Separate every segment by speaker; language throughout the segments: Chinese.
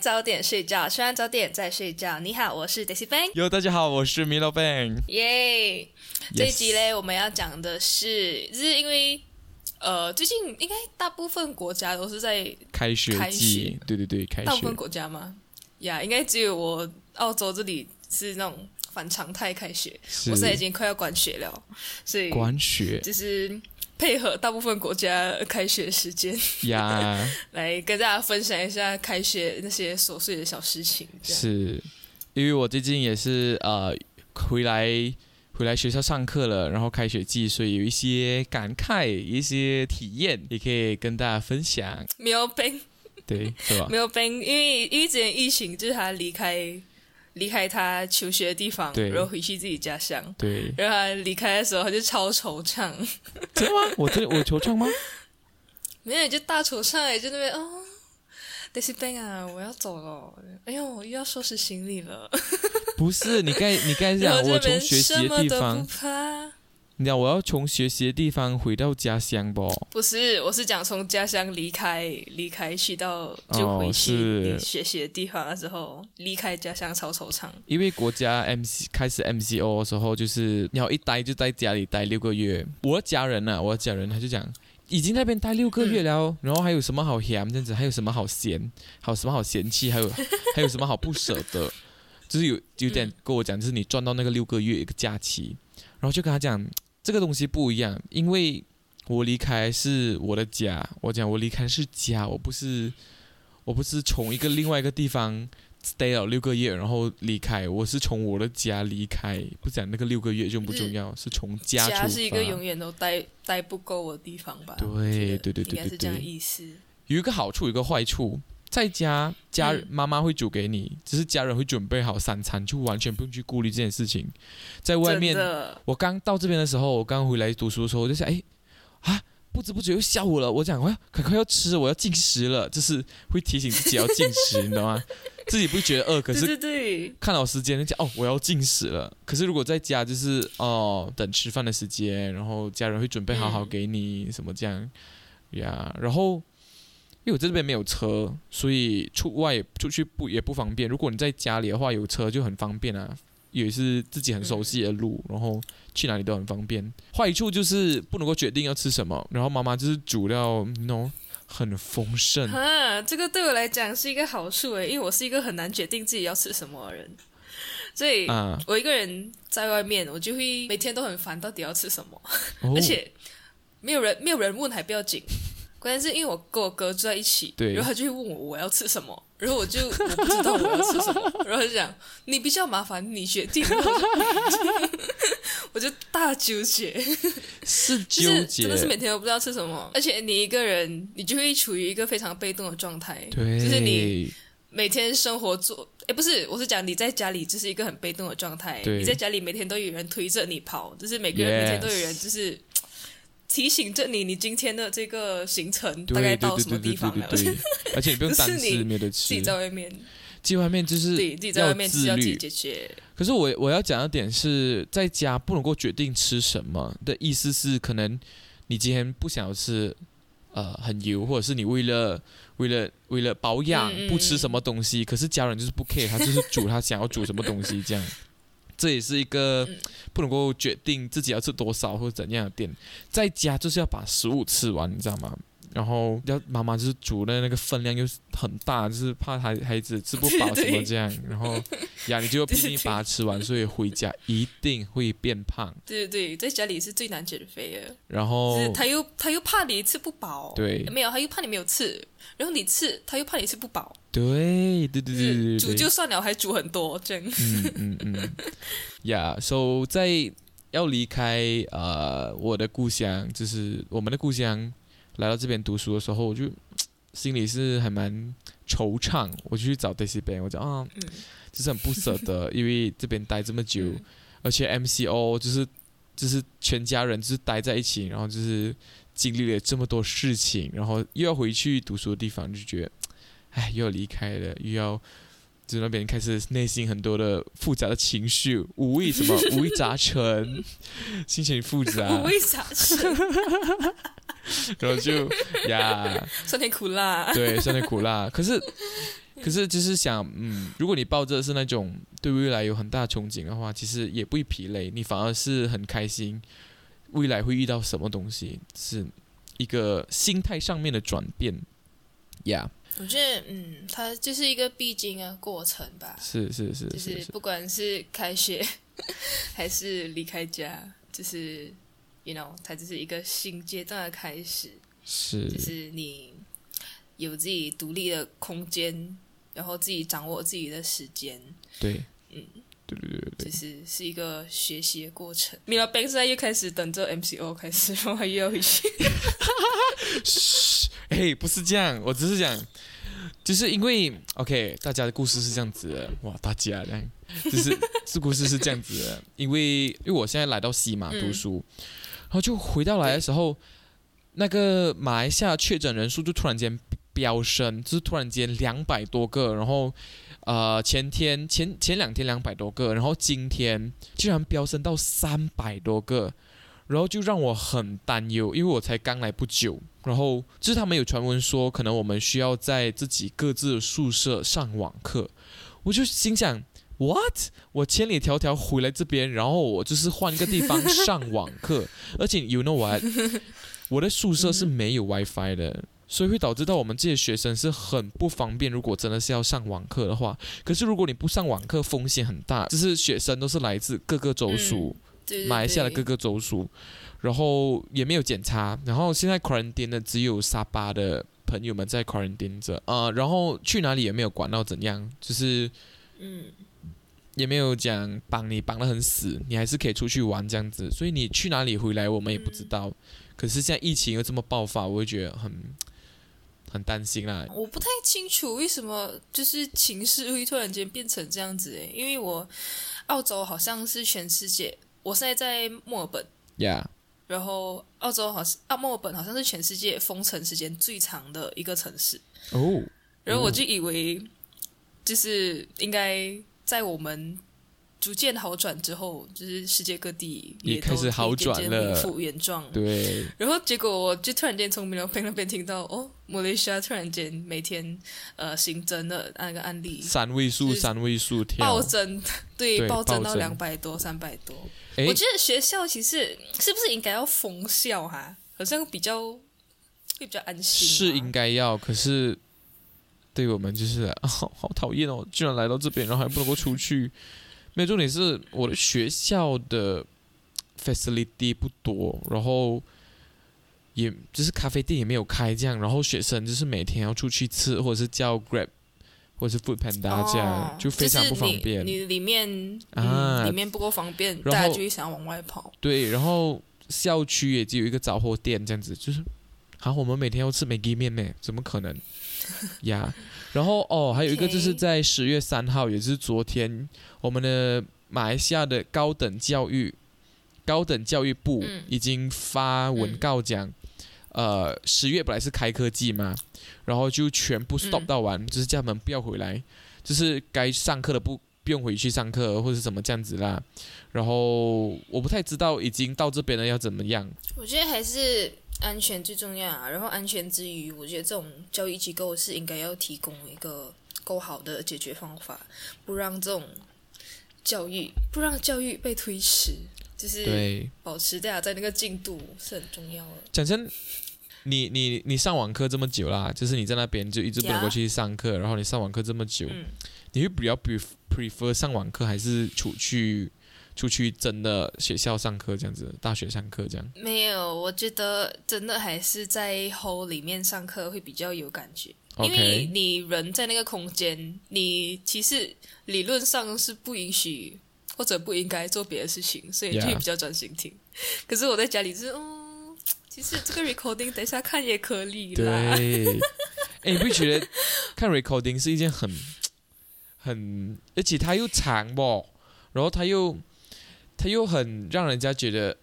Speaker 1: 早点睡觉，吃完早点再睡觉。你好，我是 Daisy Bang，
Speaker 2: 哟，大家好，我是 Milo Bang。
Speaker 1: 耶这一集
Speaker 2: Yes
Speaker 1: 嘞，我们要讲的是，就是因为呃，最近应该大部分国家都是在
Speaker 2: 开学
Speaker 1: 开
Speaker 2: 季
Speaker 1: 学，
Speaker 2: 对对对，开
Speaker 1: 大部分
Speaker 2: 学。
Speaker 1: 国家嘛，呀、应该只有我澳洲这里是那种反常态开学，
Speaker 2: 是
Speaker 1: 我现在已经快要管学了，所以
Speaker 2: 管学
Speaker 1: 就是配合大部分国家开学时间，
Speaker 2: 呀，
Speaker 1: 啊来跟大家分享一下开学那些琐碎的小事情。这样
Speaker 2: 是因为我最近也是呃回来回来学校上课了，然后开学季，所以有一些感慨，一些体验，也可以跟大家分享，
Speaker 1: 没有 ban，
Speaker 2: 对，是吧
Speaker 1: 没？有 ban，因为因为之前疫情，就是他离开离开他求学的地方，
Speaker 2: 对
Speaker 1: 然后回去自己家乡。
Speaker 2: 对，
Speaker 1: 然后他离开的时候，他就超惆怅，
Speaker 2: 真的吗？我这我惆怅吗？
Speaker 1: 没有就大惆怅，也就那边哦。d a i s y Bang 啊，我要走了，哎呦，我又要收拾行李了。
Speaker 2: 不是，你该你该
Speaker 1: 然
Speaker 2: 讲
Speaker 1: 后
Speaker 2: 我
Speaker 1: 这
Speaker 2: 从
Speaker 1: 边
Speaker 2: 学
Speaker 1: 什
Speaker 2: 习的
Speaker 1: 么
Speaker 2: 地
Speaker 1: 都不
Speaker 2: 方，
Speaker 1: 怕，
Speaker 2: 你讲我要从学习的地方回到家乡不？
Speaker 1: 不是，我是讲从家乡离开，离开去到就回去
Speaker 2: 哦是
Speaker 1: 你学习的地方的时候，离开家乡超惆怅。
Speaker 2: 因为国家 MC 开始 MCO 的时候，就是你要一待就在家里待六个月。我的家人呐、啊，我的家人他就讲，已经在那边待六个月了，
Speaker 1: 嗯
Speaker 2: 然后还有什么好嫌这样子，还有什么好嫌，还有什么好嫌弃，还有 还有什么好不舍得，就是有有
Speaker 1: 嗯
Speaker 2: 点跟我讲，就是你赚到那个六个月一个假期，然后就跟他讲这个东西不一样，因为我离开是我的家，我讲我离开是家，我不是我不是从一个另外一个地方 stay 了六个月，然后离开，我是从我的家离开，不讲那个六个月重不重要，是从家出
Speaker 1: 嗯家
Speaker 2: 发。
Speaker 1: 是一个永远都待待不够的地方吧？
Speaker 2: 对
Speaker 1: 我觉得
Speaker 2: 对对
Speaker 1: 应
Speaker 2: 对
Speaker 1: 该是这样的
Speaker 2: 对对
Speaker 1: 意思。
Speaker 2: 有一个好处，有一个坏处，在家家
Speaker 1: 嗯
Speaker 2: 妈妈会煮给你，只是家人会准备好三餐，就完全不用去顾虑这件事情。在外面
Speaker 1: 真，的
Speaker 2: 我刚到这边的时候，我刚回来读书的时候，我就想，哎，啊，不知不觉又下午了，我讲我要赶快要吃，我要进食了，就是会提醒自己要进食，你懂吗？自己不觉得饿，可
Speaker 1: 对
Speaker 2: 是
Speaker 1: 对对，
Speaker 2: 看到时间就讲哦，我要进食了。可是如果在家就是哦，等吃饭的时间，然后家人会准备好好
Speaker 1: 嗯
Speaker 2: 给你什么这样呀。然后因为我在这边没有车，所以出外也出去不也不方便。如果你在家里的话，有车就很方便啊，也是自己很熟悉的路，然后去哪里都很方便。坏处就是不能够决定要吃什么，然后妈妈就是煮料，no，很丰 盛。
Speaker 1: 哈，这个对我来讲是一个好处诶，因为我是一个很难决定自己要吃什么的人，所以
Speaker 2: 啊，
Speaker 1: 我一个人在外面，我就会每天都很烦，到底要吃什么。
Speaker 2: 哦
Speaker 1: 而且没有人没有人问还不要紧， 关键是因为我跟我哥住在一起，
Speaker 2: 对
Speaker 1: 然后他就会问我我要吃什么，然后我就我不知道我要吃什 么，然后他就讲你比较麻烦，你决定，然后我就 我就大纠结，
Speaker 2: 是
Speaker 1: 就
Speaker 2: 纠
Speaker 1: 是
Speaker 2: 结，
Speaker 1: 真的是每天都不知道吃什么，而且你一个人，你就会处于一个非常被动的状态，
Speaker 2: 对，
Speaker 1: 就是你每天生活做，哎，不是，我是讲你在家里就是一个很被动的状态。
Speaker 2: 对
Speaker 1: 你在家里每天都有人推着你跑，就是每个人
Speaker 2: Yes
Speaker 1: 每天都有人就是提醒着你，你今天的这个行程
Speaker 2: 对
Speaker 1: 大概
Speaker 2: 对
Speaker 1: 到
Speaker 2: 对
Speaker 1: 什么
Speaker 2: 对
Speaker 1: 地
Speaker 2: 对
Speaker 1: 方
Speaker 2: 对
Speaker 1: 了。
Speaker 2: 对
Speaker 1: 自
Speaker 2: 对，而且你不用担
Speaker 1: 不是你
Speaker 2: 心没得
Speaker 1: 己
Speaker 2: 吃，
Speaker 1: 在外面，
Speaker 2: 寄外面就是
Speaker 1: 对，自己在外面就是
Speaker 2: 自
Speaker 1: 要自己
Speaker 2: 律。
Speaker 1: 解决。
Speaker 2: 可是我我要讲的点是，在家不能够决定吃什么的意思是，可能你今天不想要吃。呃，很油，或者是你为了为了为了保养
Speaker 1: 嗯嗯
Speaker 2: 不吃什么东西，可是家人就是不 care，他就是煮他想要煮什么东西这样，这也是一个
Speaker 1: 嗯
Speaker 2: 不能够决定自己要吃多少或者怎样的点，在家就是要把食物吃完，你知道吗？然后要妈妈就是煮的那个分量又是很大，就是怕孩孩子吃不饱什么
Speaker 1: 对
Speaker 2: 这样，然后 呀，你就拼
Speaker 1: 对
Speaker 2: 命
Speaker 1: 对
Speaker 2: 把它吃完，所以回家一定会变胖。
Speaker 1: 对对对，在家里是最难减肥的，
Speaker 2: 然
Speaker 1: 就
Speaker 2: 后
Speaker 1: 是他又他又怕你吃不饱，
Speaker 2: 哦对
Speaker 1: 没有，他又怕你没有吃，然后你吃，他又怕你吃不饱，就是
Speaker 2: 对对对对对
Speaker 1: 煮
Speaker 2: 对
Speaker 1: 就
Speaker 2: 对，
Speaker 1: 算了，还煮很多，这样。
Speaker 2: 嗯嗯 嗯，呀，so 在要离开呃我的故乡，就是我们的故乡，来到这边读书的时候，我就心里是还蛮惆怅。我就去找 Daisy Ben，我讲啊，
Speaker 1: 嗯
Speaker 2: 就是很不舍得，因为这边待这么久，
Speaker 1: 嗯
Speaker 2: 而且 MCO 就是就是全家人就是待在一起，然后就是经历了这么多事情，然后又要回去读书的地方，就觉得，唉，又要离开了，又要。就那边开始内心很多的复杂的情绪，五味什么五味杂陈，心情复杂
Speaker 1: 我，为啥吃？
Speaker 2: 然后就呀，
Speaker 1: 酸甜苦辣。
Speaker 2: 对，酸甜苦辣。可是可是就是想，嗯，如果你抱着是那种对未来有很大憧憬的话，其实也不会疲累，你反而是很开心。未来会遇到什么东西，是一个心态上面的转变。呀、
Speaker 1: 我觉得，嗯，它就是一个必经的过程吧
Speaker 2: yeah,，，是是是
Speaker 1: 就是是
Speaker 2: 是，
Speaker 1: 不管是开学 还是离开家，就是，you know，它就是一个新阶段的开始，就是是你有自己独立的空间，然后自己掌握自己的时间，
Speaker 2: 对，
Speaker 1: 嗯
Speaker 2: 对对对对对，
Speaker 1: 就是是一个学习的过程。米拉 b a n 现在又开始等着 MCO 开始，然后他又要回 去。
Speaker 2: 嘘，哎，不是这样，我只是讲，就是因为 OK，大家的故事是这样子的，哇，大家这样，就是这故事是这样子的，因为因为我现在来到西马
Speaker 1: 嗯
Speaker 2: 读书，然后就回到来的时候，那个马来西亚确诊人数就突然间飙升，就是突然间两百多个，然后呃前天前前两天两百多个，然后今天居然飙升到三百多个，然后就让我很担忧，因为我才刚来不久，然后就是他们有传闻说，可能我们需要在自己各自的宿舍上网课，我就心想。What？我千里迢迢回来这边，然后我就是换一个地方上网课， 而且 you know what？我的宿舍是没有 WiFi 的，所以会导致到我们这些学生是很不方便。如果真的是要上网课的话，可是如果你不上网课，风险很大。就是学生都是来自各个州属，
Speaker 1: 对对
Speaker 2: 马来西亚的各个州属，然后也没有检查，然后现在 quarantine 的只有沙巴的朋友们在 quarantine 着啊、呃然后去哪里也没有管到怎样，就是
Speaker 1: 嗯，
Speaker 2: 也没有讲绑你绑得很死，你还是可以出去玩这样子。所以你去哪里回来，我们也不知
Speaker 1: 嗯
Speaker 2: 道。可是现在疫情又这么爆发，我会觉得很很担心啦。
Speaker 1: 我不太清楚为什么就是情势会突然间变成这样子诶，因为我澳洲好像是全世界，我现在在墨尔本，
Speaker 2: Yeah，
Speaker 1: 然后澳洲好像啊墨尔本好像是全世界封城时间最长的一个城市，
Speaker 2: 哦，
Speaker 1: 然后我就以为就是应该在我们。逐渐好转之后，就是世界各地
Speaker 2: 也开
Speaker 1: 都
Speaker 2: 始好转
Speaker 1: 渐渐
Speaker 2: 了
Speaker 1: 恢复原状。
Speaker 2: 对，
Speaker 1: 然后结果我就突然间从米 i 宾那边听到，哦，马来西亚突然间每天呃新增的那个案例
Speaker 2: 三位数，
Speaker 1: 就是
Speaker 2: 三位数跳
Speaker 1: 暴。增，对，
Speaker 2: 啊对
Speaker 1: 暴增到
Speaker 2: 暴
Speaker 1: 两
Speaker 2: 增
Speaker 1: 百多、三百多。
Speaker 2: 诶
Speaker 1: 我觉得学校其实是不是应该要封校哈、好像比较会比较安心啊嘛。
Speaker 2: 是应该要，可是对我们就是、 好好讨厌哦，居然来到这边，然后还不能够出去。没有重点是我的学校的 facility 不多，然后也就是咖啡店也没有开这样，然后学生就是每天要出去吃，或者是叫 Grab 或者是 Food Panda 这样，
Speaker 1: 哦
Speaker 2: 就非常
Speaker 1: 是
Speaker 2: 不方
Speaker 1: 你
Speaker 2: 便。
Speaker 1: 你里面、
Speaker 2: 啊
Speaker 1: 嗯、里面不够方便，
Speaker 2: 然
Speaker 1: 大家
Speaker 2: 后
Speaker 1: 就会想要往外跑。
Speaker 2: 对，然后校区也只有一个杂货店这样子，就是，好，我们每天要吃美记面呢，怎么可能呀然后哦，还有一个就是
Speaker 1: OK
Speaker 2: 在十月三号，也就是昨天，我们的马来西亚的高等教育高等教育部
Speaker 1: 嗯
Speaker 2: 已经发文告讲，呃，十月本来是开课季嘛，然后就全部 stop
Speaker 1: 嗯
Speaker 2: 到完，就是叫他们不要回来，就是该上课的不不用回去上课或者怎么这样子啦。然后我不太知道已经到这边了要怎么样。
Speaker 1: 我觉得还是安全最重要啊。然后安全之余，我觉得这种教育机构是应该要提供一个够好的解决方法，不让这种教育不让教育被推迟，就是
Speaker 2: 对，
Speaker 1: 保持大家在那个进度是很重要的。
Speaker 2: 讲真，你你你上网课这么久啦，就是你在那边就一直不能够
Speaker 1: 呀
Speaker 2: 去上课，然后你上网课这么久，
Speaker 1: 嗯，
Speaker 2: 你会比较 pref- prefer 上网课还是出去出去真的学校上课这样子，大学上课这样？
Speaker 1: 没有，我觉得真的还是在 hall 里面上课会比较有感觉。因为
Speaker 2: OK，
Speaker 1: 你人在那个空间，你其实理论上是不允许或者不应该做别的事情，所以就
Speaker 2: Yeah.
Speaker 1: 会比较专心听。可是我在家里就是，嗯，其实这个 recording 等一下看也可以啦。
Speaker 2: 对，哎，你不觉得看 recording 是一件很很，而且它又长不，然后它又它又很让人家觉得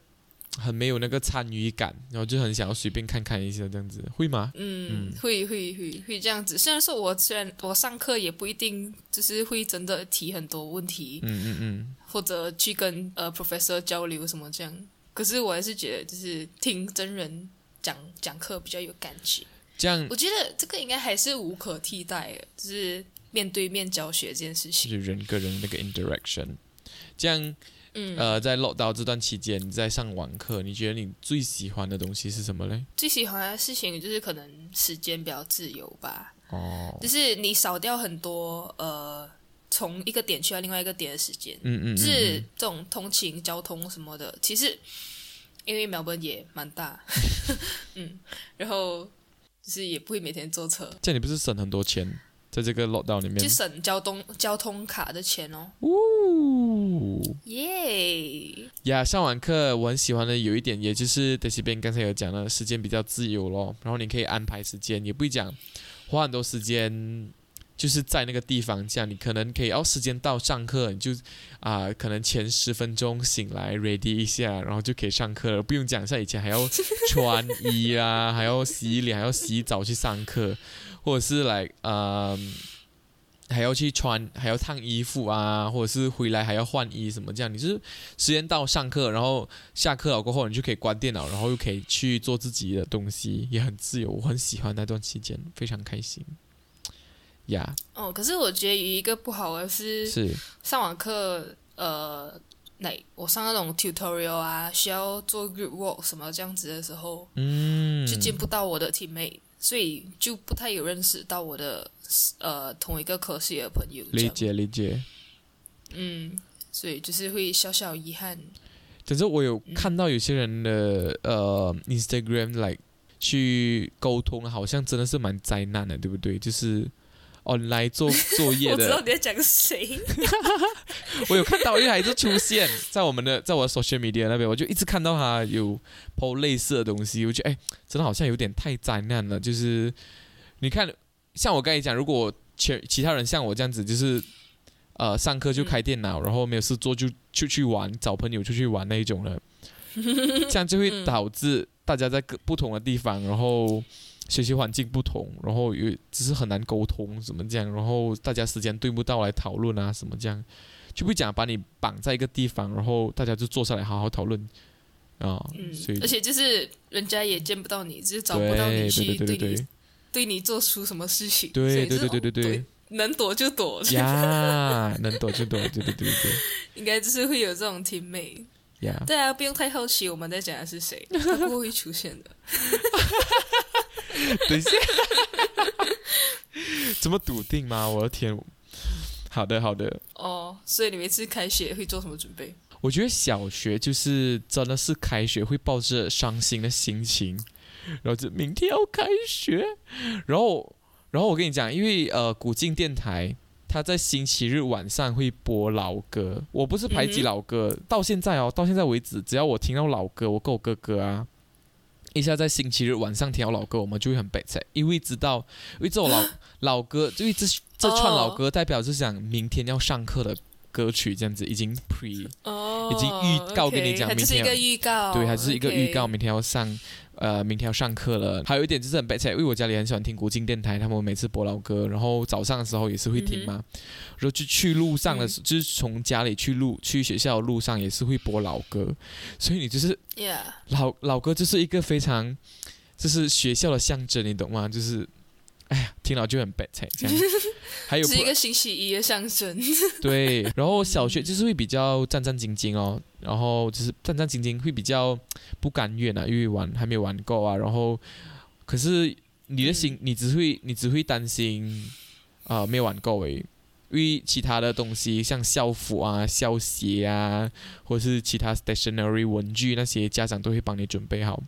Speaker 2: 很没有那个参与感，然后就很想要随便看看一下这样子，会吗？
Speaker 1: 嗯，会会会会这样子。虽然说我虽然我上课也不一定就是会真的提很多问题，
Speaker 2: 嗯嗯嗯，
Speaker 1: 或者去跟呃 professor 交流什么这样，可是我还是觉得就是听真人讲讲课比较有感觉。
Speaker 2: 这样
Speaker 1: 我觉得这个应该还是无可替代的，就是面对面教学这件事
Speaker 2: 就
Speaker 1: 情。
Speaker 2: 是人跟人那个 interaction。这样，
Speaker 1: 嗯，
Speaker 2: 呃，在 lockdown 这段期间，你在上网课，你觉得你最喜欢的东西是什么嘞？
Speaker 1: 最喜欢的事情就是可能时间比较自由吧，
Speaker 2: 哦，
Speaker 1: 就是你少掉很多呃，从一个点去到另外一个点的时间，
Speaker 2: 嗯嗯嗯，
Speaker 1: 就是
Speaker 2: 嗯
Speaker 1: 这种通勤、交通什么的。其实因为苗本也蛮 大，嗯，然后就是也不会每天坐车，
Speaker 2: 这样你不是省很多钱在这个 lockdown 里面
Speaker 1: 就？省交通交通卡的钱哦。
Speaker 2: 哦
Speaker 1: 耶！
Speaker 2: 呀上网课我很喜欢的有一点，也就是德西边刚才有讲的，时间比较自由咯，然后你可以安排时间，也不会讲花很多时间，就是在那个地方这样，你可能可以哦，时间到上课你就啊、可能前十分钟醒来 ready 一下，然后就可以上课了，不用讲像以前还要穿衣啊，还要洗脸，还要洗澡去上课，或者是来呃。还要去穿，还要烫衣服啊，或者是回来还要换衣什么这样，你就是时间到上课，然后下课了过后，你就可以关电脑，然后又可以去做自己的东西，也很自由。我很喜欢那段期间，非常开心。呀、
Speaker 1: 哦，可是我觉得有一个不好的是
Speaker 2: yeah,，是
Speaker 1: 上网课，呃，那我上那种 tutorial 啊，需要做 group work 什么这样子的时候，
Speaker 2: 嗯，
Speaker 1: 就见不到我的 teammate，、所以就不太有认识到我的呃同一个科系的朋友。这
Speaker 2: 理
Speaker 1: 样
Speaker 2: 解理解。
Speaker 1: 嗯，所以就是会小小遗憾。
Speaker 2: 只是我有看到有些人的呃 Instagram like 去沟通，好像真的是蛮灾难的，对不对？就是哦，来做作 业
Speaker 1: 我知道
Speaker 2: 的，
Speaker 1: 你在讲 谁，
Speaker 2: 我有看到，因为还是出现在我们的，在我的 social media 那边，我就一直看到他有 po 类似的东西，我觉得哎，真的好像有点太灾难了。就是你看，像我刚才讲，如果其其他人像我这样子，就是呃上课就开电脑，然后没有事做就就去玩，找朋友出去玩那一种了，这样就会导致大家在各不同的地方，然后。学习环境不同，然后有只是很难沟通，怎么这样？然后大家时间对不到来讨论啊，什么这样？就不讲把你绑在一个地方，然后大家就坐下来好好讨论啊、
Speaker 1: 嗯
Speaker 2: 所以，
Speaker 1: 而且就是人家也见不到你，就是找不到你
Speaker 2: 对
Speaker 1: 去
Speaker 2: 对对
Speaker 1: 你
Speaker 2: 对
Speaker 1: 对你做出什么事情。所
Speaker 2: 对
Speaker 1: 以就
Speaker 2: 对
Speaker 1: 是
Speaker 2: 对对对
Speaker 1: 哦
Speaker 2: 对
Speaker 1: 能躲就躲，
Speaker 2: 对呀，能躲就躲，对对对对
Speaker 1: 应该就是会有这种 teammate。
Speaker 2: 对呀。
Speaker 1: 大家不用太好奇我们在讲的是 谁，他不会出现的。
Speaker 2: 等一下，怎么笃定吗？我的天！好的好的，
Speaker 1: 哦，所以你每次开学会做什么准备？
Speaker 2: 我觉得小学就是真的是开学会抱着伤心的心情，然后就明天要开学，然后然后我跟你讲，因为呃古晋电台它在星期日晚上会播老歌，我不是排挤
Speaker 1: 嗯哼
Speaker 2: 老歌，到现在哦，到现在为止，只要我听到老歌，我跟我哥哥啊。一下在星期日晚上听到老歌，我们就会很悲催，因为 知道，因为这首老老歌，因为这这串
Speaker 1: 哦
Speaker 2: 老歌代表是讲明天要上课的歌曲，这样子已经 pre
Speaker 1: 哦，
Speaker 2: 已经预告跟你讲
Speaker 1: OK，它就是一个预告，
Speaker 2: 对，还是一个预
Speaker 1: 哦
Speaker 2: 告，
Speaker 1: OK
Speaker 2: 明天要上，呃，明天要上课了。还有一点就是很悲催，因为我家里很喜欢听古今电台，他们每次播老歌，然后早上的时候也是会听嘛。然后就去路上的时，就是从家里去路去学校的路上也是会播老歌，所以你就是
Speaker 1: Yeah，
Speaker 2: 老老歌就是一个非常，就是学校的象征，你懂吗？就是，哎呀，听了就很悲催这样。还 有
Speaker 1: 是
Speaker 2: 不
Speaker 1: 一个星期一的象征。
Speaker 2: 对，然后小学就是会比较战战兢兢哦，然后就是战战兢兢，会比较不甘愿啊，因为玩还没玩够啊，然后可是你的心，你只会你只会担心啊、没有玩够诶，因为其他的东西像校服啊、校鞋啊，或是其他 stationery 文具那些，家长都会帮你准备好。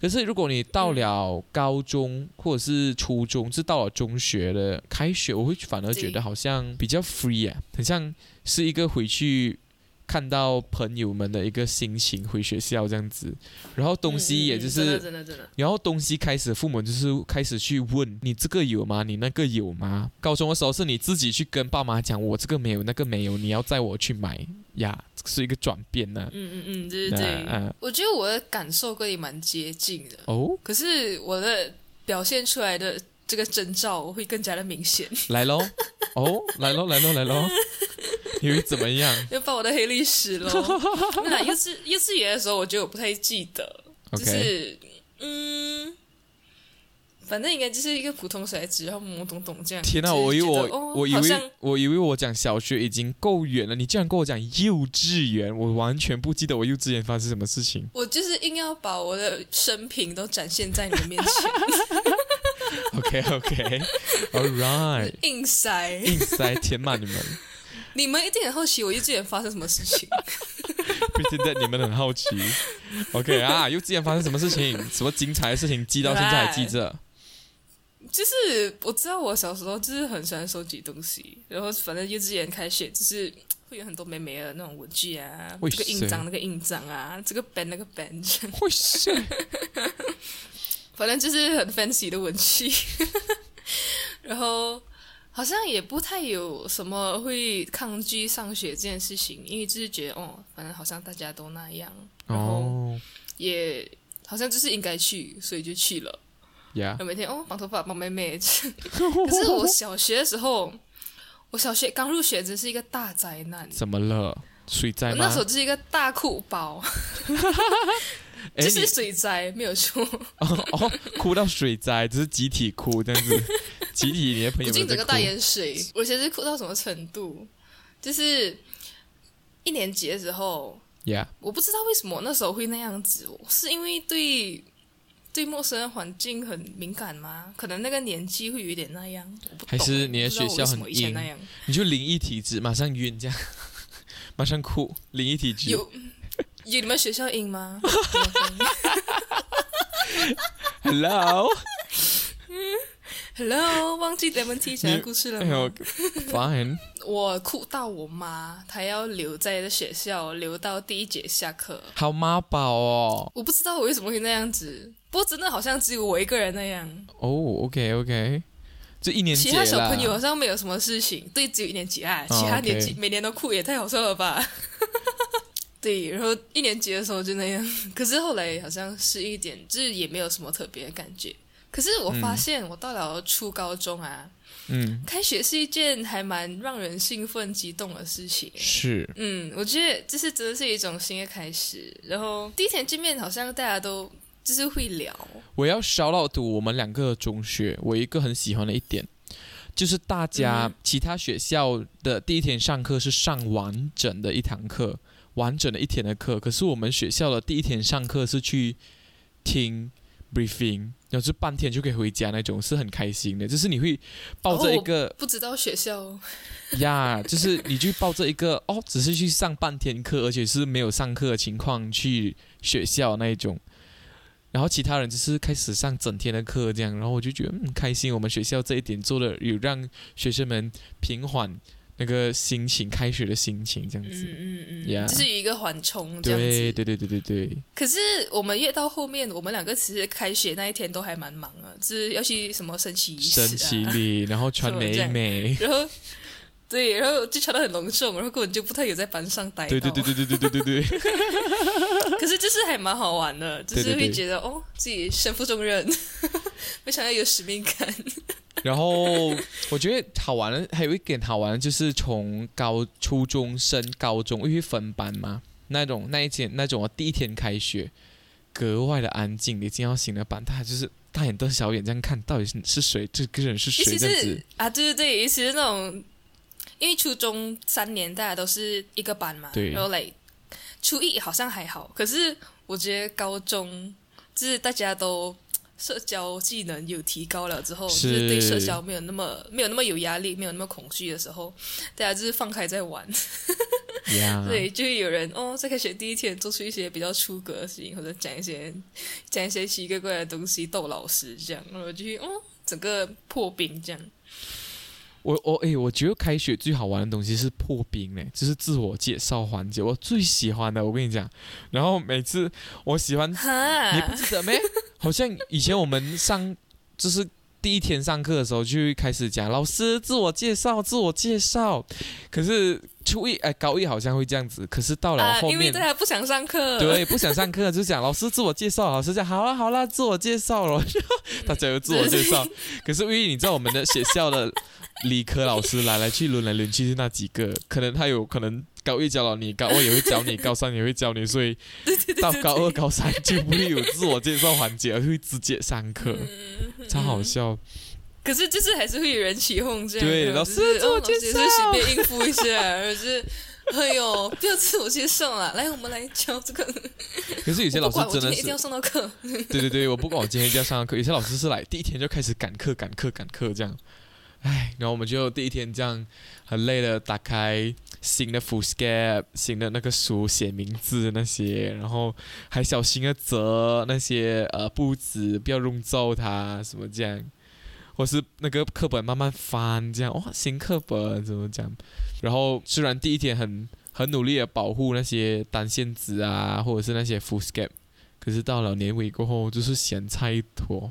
Speaker 2: 可是如果你到了高中或者是初中，是到了中学的开学，我会反而觉得
Speaker 1: 对
Speaker 2: 好像比较 free 啊，很像是一个回去看到朋友们的一个心情，回学校这样子。然后东西也就
Speaker 1: 嗯嗯嗯真
Speaker 2: 是
Speaker 1: 的真的真的，
Speaker 2: 然后东西开始，父母就是开始去问你这个有吗？你那个有吗？高中的时候是你自己去跟爸妈讲，我这个没有，那个没有，你要载我去买呀，这是一个转变呢、
Speaker 1: 嗯嗯嗯，对
Speaker 2: 那
Speaker 1: 对对，
Speaker 2: 啊
Speaker 1: 我觉得我的感受跟你蛮接近的，
Speaker 2: 哦，
Speaker 1: 可是我的表现出来的这个征兆我会更加的明 显，
Speaker 2: 来喽，哦，来喽，来喽，来 喽，你会怎么样
Speaker 1: 要把我的黑历史喽。那幼稚幼稚园的时候，我觉得我不太记得，就
Speaker 2: ？OK，
Speaker 1: 是嗯，反正应该就是一个普通小孩子，然后懵懵懂懂这样。
Speaker 2: 天
Speaker 1: 哪、
Speaker 2: 啊，我以为我、
Speaker 1: 哦、
Speaker 2: 我以
Speaker 1: 好
Speaker 2: 为
Speaker 1: 像
Speaker 2: 我以为我讲小学已经够远了，你竟然跟我讲幼稚园，我完全不记得我幼稚园发生什么事情。
Speaker 1: 我就是硬要把我的生平都展现在你的面前，
Speaker 2: OK OK All right，
Speaker 1: 硬塞。
Speaker 2: 硬塞填满你们
Speaker 1: 你们一定很好奇我幼稚园发生什么事情。
Speaker 2: ，pretend that 你们很好奇。OK 啊，幼稚园发生什么事情？什么精彩的事情记到现在还记着？
Speaker 1: 就是我知道我小时候就是很喜欢收集东西，然后反正幼稚园开学就是会有很多美美的那种文具啊，
Speaker 2: 喂
Speaker 1: 这个
Speaker 2: 谁
Speaker 1: 印章那个印章啊，这个 b e n 那个 b e n
Speaker 2: 会是
Speaker 1: 反正就是很 fancy 的文具， 然后好像也不太有什么会抗拒上学这件事情，因为就是觉得哦，反正好像大家都那样，然后
Speaker 2: 哦
Speaker 1: 也好像就是应该去，所以就去了。
Speaker 2: ，Yeah，
Speaker 1: 然后每天哦绑头发绑妹妹，可是我小学的时 候，我小学刚入学真是一个大灾难。
Speaker 2: 怎么了？水灾
Speaker 1: 我
Speaker 2: 吗
Speaker 1: 那时？候就是一个大哭包，
Speaker 2: 哎
Speaker 1: 就是
Speaker 2: 你
Speaker 1: 水灾，没有错。
Speaker 2: 哦哦，哭到水灾，只是集体哭这样子，集体你的朋
Speaker 1: 不
Speaker 2: 友
Speaker 1: 进整
Speaker 2: 们在
Speaker 1: 个
Speaker 2: 哭
Speaker 1: 大。盐水，我其实哭到什么程度？就是一年级的时候，
Speaker 2: Yeah，
Speaker 1: 我不知道为什么我那时候会那样子，我是因为对对陌生的环境很敏感吗？可能那个年纪会有一点那样，我不懂
Speaker 2: 还是你的学校很
Speaker 1: 我不知道我为什么以前那样？
Speaker 2: 你就灵异体质，马上晕这样，马上哭，灵异体质。
Speaker 1: 有有你们学校硬 吗？
Speaker 2: Hello，
Speaker 1: Hello，忘记 Lemon Tea 讲的故事了
Speaker 2: 哎
Speaker 1: 吗？
Speaker 2: 呦，Fine，
Speaker 1: 我哭到我妈，她要留在学校，留到第一节下课。
Speaker 2: 好妈宝哦。
Speaker 1: 我不知道我为什么会那样子，不过真的好像只有我一个人那样，
Speaker 2: 哦，OK OK，这一年级
Speaker 1: 其
Speaker 2: 啦
Speaker 1: 他小朋友好像没有什么事情。对，只有一年级啊，其他
Speaker 2: 哦 OK
Speaker 1: 年级、每年都哭也太好笑了吧？ 对，然后一年级的时候就那样，可是后来好像是一点，就是也没有什么特别的感觉。可是我发现，我到了初高中啊，
Speaker 2: 嗯，
Speaker 1: 开学是一件还蛮让人兴奋、激动的事情。
Speaker 2: 是
Speaker 1: 嗯，我觉得这是真的是一种新的开始。然后第一天见面，好像大家都就是会聊，
Speaker 2: 我要 shout out to 我们两个中学，我一个很喜欢的一点。就是大家
Speaker 1: 嗯
Speaker 2: 其他学校的第一天上课是上完整的一堂课，完整的一天的课。可是我们学校的第一天上课是去听 briefing，然后就半天就可以回家那种，是很开心的。就是你会抱着
Speaker 1: 哦
Speaker 2: 一
Speaker 1: 我
Speaker 2: 个
Speaker 1: 不知道学校
Speaker 2: 呀就是你就抱着一个哦，只是去上半天课，而且是没有上课的情况去学校那一种。然后其他人就是开始上整天的课，这样，然后我就觉得嗯开心，我们学校这一点做的有让学生们平缓那个心情，开学的心情这样
Speaker 1: 嗯
Speaker 2: 子。
Speaker 1: 嗯嗯
Speaker 2: Yeah
Speaker 1: 就是有一个缓冲这样
Speaker 2: 对
Speaker 1: 子。
Speaker 2: 对对对对对，
Speaker 1: 可是我们越到后面，我们两个其实开学那一天都还蛮忙的，就是要去什么升旗仪式
Speaker 2: 升旗
Speaker 1: 啊，
Speaker 2: 礼，然后穿
Speaker 1: 什么这
Speaker 2: 美
Speaker 1: 样
Speaker 2: 美，
Speaker 1: 然后对，然后就穿得很隆重，然后根本就不太有在班上待到。
Speaker 2: 对对对对对对对对对。
Speaker 1: 可是就是还蛮好玩的，就
Speaker 2: 对
Speaker 1: 是
Speaker 2: 对对
Speaker 1: 会觉得哦，自己身负重任， 非常要有使命感。
Speaker 2: 然后我觉得好玩的还有一点好玩的就是从高初中升高中，因为分班嘛，那种那一天那种我第一天开学，格外的安静。你进到新的班，大家就是大眼瞪小眼这样看，到底是是谁？这个人是
Speaker 1: 尤
Speaker 2: 谁？
Speaker 1: 其
Speaker 2: 这样子
Speaker 1: 是啊，对对对，尤其是那种，因为初中三年大家都是一个班嘛，
Speaker 2: 对
Speaker 1: 然后来初一好像还好，可是我觉得高中就是大家都。社交技能有提高了之后，
Speaker 2: 是
Speaker 1: 就是对社交没有那么没有那么有压力，没有那么恐惧的时候，大家就是放开在玩，
Speaker 2: 呀
Speaker 1: 对，就会有人哦，在开学第一天做出一些比较出格的事情，或者讲一些讲一些奇奇怪怪的东西逗老师这样，然后我就会哦，整个破冰这样。
Speaker 2: 我我诶，我觉得开学最好玩的东西是破冰嘞，就是自我介绍环节，我最喜欢的。我跟你讲，然后每次我喜欢你不
Speaker 1: 哈，
Speaker 2: 记 得咩？好像以前我们上就是第一天上课的时候就会开始讲老师自我介绍，自我介绍。可是初一哎高一好像会这样子，可是到了
Speaker 1: 啊，
Speaker 2: 后
Speaker 1: 因为
Speaker 2: 面。
Speaker 1: 大家不想上课，
Speaker 2: 对，不想上课就讲老师自我介绍，老师讲好啦好啦，自我介绍了，大家有自我介 绍。可是因为你知道我们的学校的理科老师来来去轮来轮去就那几个，可能他有可能高一教了你，高二也会教你，高三也会教你，所 以到高二、高三就不会有自我介绍环节，而会直接上课，超好笑。
Speaker 1: 嗯可是就是还是会有人起哄这样，
Speaker 2: 对，
Speaker 1: 然后
Speaker 2: 老
Speaker 1: 就是
Speaker 2: 师自我
Speaker 1: 哦，
Speaker 2: 介
Speaker 1: 也是随
Speaker 2: 绍，
Speaker 1: 便应付一下，而是哎呦，不要自我介绍了，来我们来教这个，
Speaker 2: 可是有些老
Speaker 1: 我不管，
Speaker 2: 师
Speaker 1: 我
Speaker 2: 真
Speaker 1: 今
Speaker 2: 的
Speaker 1: 天一
Speaker 2: 是
Speaker 1: 定，要上到课，
Speaker 2: 对对对，我不管我今天就要上课，有些老师是来第一天就开始赶课、赶课、赶课这样，唉，然后我们就第一天这样很累的打开新的 f u l s c a p 新的那个书写名字那些，然后还小心的折那些呃布子，不要弄皱它什么这样，或是那个课本慢慢翻这样，哇、新课本怎么讲？然后虽然第一天很很努力的保护那些单线纸啊，或者是那些 f u l s c a p 可是到了年尾过后，就是咸菜一坨，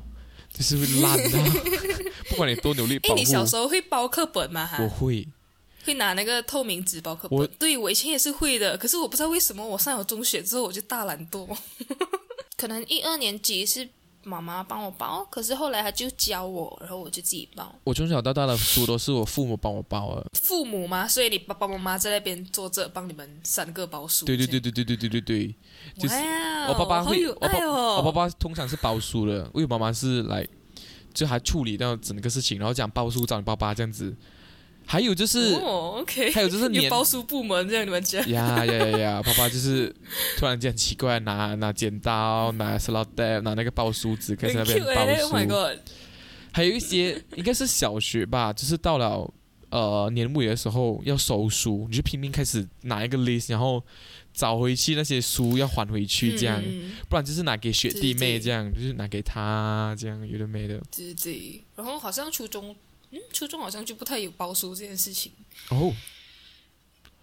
Speaker 2: 就是会烂的、 不管你多努力
Speaker 1: 哎，
Speaker 2: 保护
Speaker 1: 你，小时候会包课本吗？哈
Speaker 2: 我，会。
Speaker 1: 会拿那个透明纸包课
Speaker 2: 我
Speaker 1: 本？对，我以前也是会的，可是我不知道为什么我上了中学之后我就大懒惰， 可能一二年级是妈妈帮我包，可是后来她就教我，然后我就自己包。
Speaker 2: 我从小到大的书都是我父母帮我包的。
Speaker 1: 父母嘛，所以你爸爸妈妈在那边坐着帮你们三个包书。
Speaker 2: 对对对对对对对对对，
Speaker 1: 这
Speaker 2: 就是
Speaker 1: 样，
Speaker 2: 我爸爸
Speaker 1: 哇好
Speaker 2: 会，
Speaker 1: 有
Speaker 2: 我爸
Speaker 1: 爱哦。
Speaker 2: 我爸爸通常是包书的，因为我妈妈是来就还处理到整个事情，然后讲包书找你爸爸这样子。还有就是，
Speaker 1: 哦，OK，
Speaker 2: 还 有就是
Speaker 1: 有
Speaker 2: 年
Speaker 1: 包书部门这样你们家。
Speaker 2: 呀呀呀呀！爸爸就是突然间很奇怪，拿拿剪刀、拿 slot tape、拿那个包书纸开始
Speaker 1: 很
Speaker 2: 那
Speaker 1: cute
Speaker 2: 边
Speaker 1: 哎、欸、，Oh
Speaker 2: 包
Speaker 1: my
Speaker 2: 书。
Speaker 1: god！
Speaker 2: 还有一些应该是小学吧，就是到了呃年尾的时候要收书，你就拼命开始拿一个 list，然后找回去那些书要还回去这样。
Speaker 1: 嗯
Speaker 2: 不然就是拿给学弟妹
Speaker 1: 对对
Speaker 2: 这样，就是拿给他这样，有的没的。
Speaker 1: 对对对。然后好像初中，嗯，初中好像就不太有包书这件事情。
Speaker 2: 哦，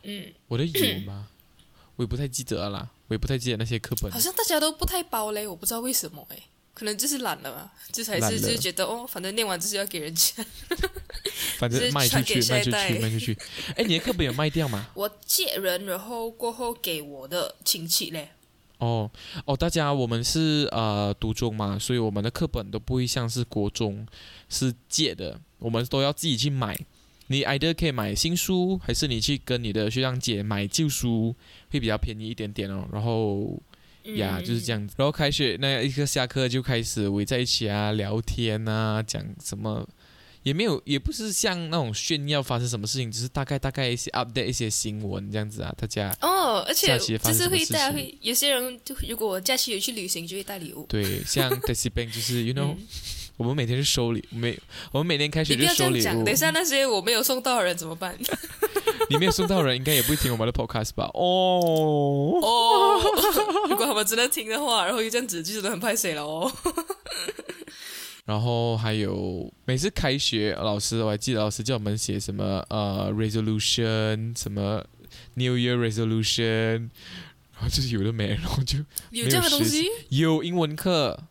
Speaker 1: 嗯，
Speaker 2: 我的有吗？我也不太记得了啦，我也不太记得那些课本
Speaker 1: 好。像大家都不太包嘞，我不知道为什么哎、可能就是懒了吧，就是还
Speaker 2: 懒了
Speaker 1: 是就是觉得哦，反正念完就是要给人家。
Speaker 2: 反
Speaker 1: 就
Speaker 2: 正
Speaker 1: 是
Speaker 2: 卖出
Speaker 1: 传
Speaker 2: 去
Speaker 1: 给，下
Speaker 2: 卖
Speaker 1: 一
Speaker 2: 出去，
Speaker 1: 代
Speaker 2: 卖出去。哎，你的课本有卖掉吗？
Speaker 1: 我借人，然后过后给我的亲戚嘞。
Speaker 2: 哦哦，大家，我们是呃读中嘛，所以我们的课本都不会像是国中是借的，我们都要自己去买。你 either 可以买新书，还是你去跟你的学长姐买旧书，会比较便宜一点点哦。然后
Speaker 1: 嗯
Speaker 2: 呀就是这样子。然后开学那一个下课就开始围在一起啊，聊天啊，讲什么也没有，也不是像那种炫耀发生什么事情，只是大概大概一些 update 一些新闻这样子啊。大家
Speaker 1: 哦，而且
Speaker 2: 假期发
Speaker 1: 就
Speaker 2: 生什
Speaker 1: 是
Speaker 2: 么
Speaker 1: 会
Speaker 2: 事
Speaker 1: 带
Speaker 2: 情
Speaker 1: 会有些人就如果假期有去旅行，就会带礼物。
Speaker 2: 对，像 Daisy Bank 就是 you know，、
Speaker 1: 嗯
Speaker 2: 我们每天是收礼，每我们每天开学
Speaker 1: 你不
Speaker 2: 就
Speaker 1: 要这
Speaker 2: 收
Speaker 1: 样
Speaker 2: 礼
Speaker 1: 讲，
Speaker 2: 物
Speaker 1: 等一，下那些我没有送到的人怎么办？
Speaker 2: 里面送到人应该也不会听我们的 podcast 吧？哦，
Speaker 1: 哦， 如果他们真的听的话，然后又这样子，就真的很拍谁了哦。
Speaker 2: 然后还有每次开学，老师我还记得老师叫我们写什么呃 resolution，什么 New Year resolution，然后就是有的 没，然后就
Speaker 1: 有这样的东西，
Speaker 2: 有英文课，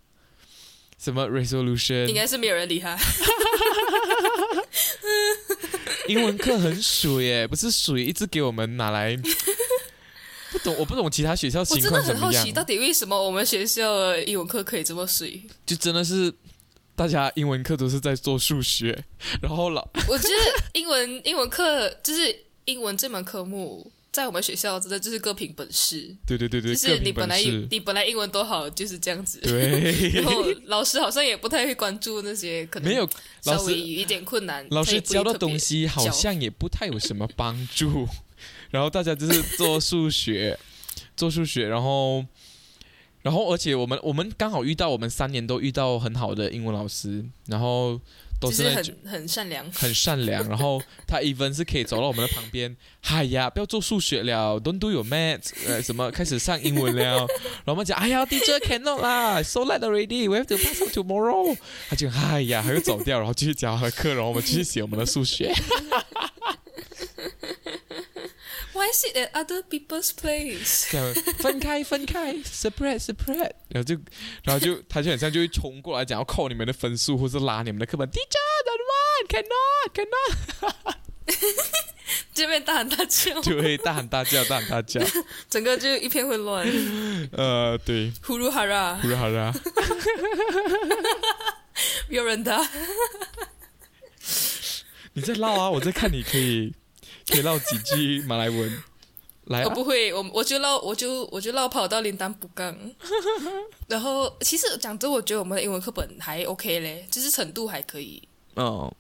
Speaker 2: 什么
Speaker 1: 应
Speaker 2: resolution，
Speaker 1: 该是没有人理他。
Speaker 2: 英文课很水耶，不是水，一直给我们拿 来。不懂，我不懂其他学校
Speaker 1: 我
Speaker 2: 情
Speaker 1: 真的
Speaker 2: 况怎
Speaker 1: 很
Speaker 2: 么
Speaker 1: 好
Speaker 2: 样
Speaker 1: 奇，。到底为什么我们学校的英文课可以这么 水？
Speaker 2: 就真的是大家英文课都是在做数学， 然后老
Speaker 1: 我觉得英文英文课就是英文这门科目，在我们学校真的就是各凭本事，
Speaker 2: 对对对对，
Speaker 1: 就是
Speaker 2: 各
Speaker 1: 你
Speaker 2: 凭
Speaker 1: 本
Speaker 2: 本
Speaker 1: 来
Speaker 2: 事，
Speaker 1: 你本来英文多好，就是这样子。 然
Speaker 2: 对，
Speaker 1: 后老师好像也不太会关注那些 可能
Speaker 2: 没有老
Speaker 1: 稍微
Speaker 2: 师
Speaker 1: 有一点困难，
Speaker 2: 老
Speaker 1: 他
Speaker 2: 师
Speaker 1: 也不会
Speaker 2: 教的
Speaker 1: 特别
Speaker 2: 东西好
Speaker 1: 教
Speaker 2: 像也不太有什么帮 助，然后大家就是做数学，做数学，然后。然后，而且我们我们刚好遇到，我们三年都遇到很好的英文老师，然后都
Speaker 1: 就是是
Speaker 2: 那
Speaker 1: 很很善良。
Speaker 2: 很善良，然后他 even 是可以走到我们的旁边，哎呀，不要做数学了，don't do your math，呃，什么开始上英文了，然后我们讲，哎呀，teacher cannot 啦，so late already，we have to pass on tomorrow，他就哎呀，他就走掉，然后继续讲他的课，然后我们继续写我们的数学，
Speaker 1: Why is it at other people's place？
Speaker 2: 这样分开分开，separate separate，然后就然后就他就很像就会冲过来讲要扣你们的分数，或是拉你们的课本，teacher don't run，cannot cannot。
Speaker 1: 这边大喊大叫，
Speaker 2: 就会大喊大叫，大喊大叫。
Speaker 1: 整个就一片混乱，
Speaker 2: 呃，对，
Speaker 1: 呼噜哈啦
Speaker 2: 呼，啦哈啦。
Speaker 1: 没有人打。
Speaker 2: 你在唠啊，我在看你可以可以唠几句马来文。来
Speaker 1: 我
Speaker 2: 啊，
Speaker 1: 不会，我我就绕，我就我就绕跑到林丹不杠。 然后其实讲真，我觉得我们的英文课本还 OK 嘞，就是程度还可以。
Speaker 2: 哦，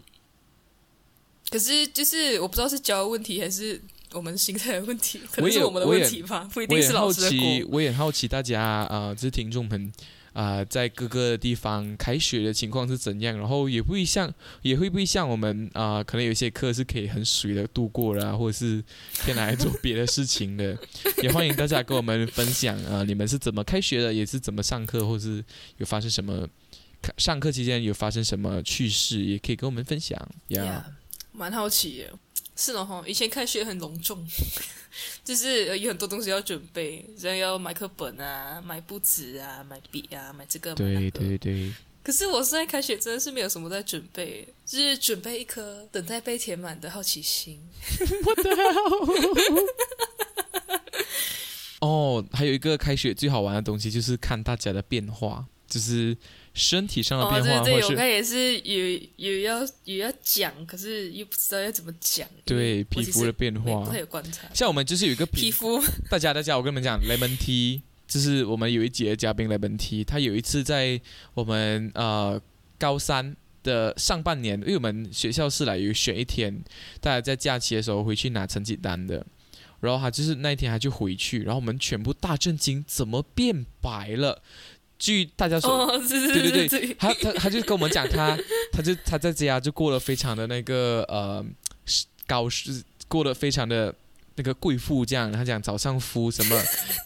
Speaker 1: 可是就是我不知道是教的问题还是我们心态的问题，可能
Speaker 2: 我
Speaker 1: 是
Speaker 2: 也
Speaker 1: 我们的
Speaker 2: 我也
Speaker 1: 问题吧，不一
Speaker 2: 我
Speaker 1: 定
Speaker 2: 也
Speaker 1: 是
Speaker 2: 好
Speaker 1: 老师的
Speaker 2: 奇，
Speaker 1: 锅。
Speaker 2: 我也好奇大家啊，呃就是听众们啊、呃在各个地方开学的情况是怎样，然后也不会像，也会不会像我们啊、呃可能有一些课是可以很水的度过啦，或者是可以拿来做别的事情的， 也欢迎大家跟我们分享啊、呃你们是怎么开学的，也是怎么上课，或是有发生什么。上课期间有发生什么趣事，也可以跟我们分享呀。
Speaker 1: 呀蛮好奇耶。是的哈，以前开学很隆重， 就是呃有很多东西要准备，然后要买课本啊，买簿子啊，买笔啊，买这个买那
Speaker 2: 对
Speaker 1: 个。
Speaker 2: 对对，
Speaker 1: 可是我现在开学真的是没有什么在准备，就是准备一颗等待被填满的好奇心。
Speaker 2: 哦，还有一个开学最好玩的东西就是看大家的变化，就是身体上的
Speaker 1: 哦，
Speaker 2: 变
Speaker 1: 对
Speaker 2: 化，
Speaker 1: 对，
Speaker 2: 或
Speaker 1: 我
Speaker 2: 是
Speaker 1: 看也是有有要有要讲，可是又不知道要怎么讲。因
Speaker 2: 对
Speaker 1: 为我
Speaker 2: 皮
Speaker 1: 其
Speaker 2: 肤
Speaker 1: 实
Speaker 2: 的变
Speaker 1: 没
Speaker 2: 化
Speaker 1: 不。太有观察。
Speaker 2: 像我们就是有一个
Speaker 1: 皮
Speaker 2: 皮，
Speaker 1: 肤
Speaker 2: 大家大家，我跟你们讲，Lemon Tea，就是我们有一节的嘉宾 Lemon Tea，他有一次在我们呃高三的上半年，因为我们学校是来有选一天，大家在假期的时候回去拿成绩单的。然后他就是那一天他就回去，然后我们全部大震惊，怎么变白了？据大家所
Speaker 1: 哦，是是
Speaker 2: 对
Speaker 1: 是
Speaker 2: 对
Speaker 1: 是对，
Speaker 2: 他他他就跟我们讲，他他就他在家就过得非常的那个呃是高是过得非常的那个贵妇这样。他讲早上敷什 么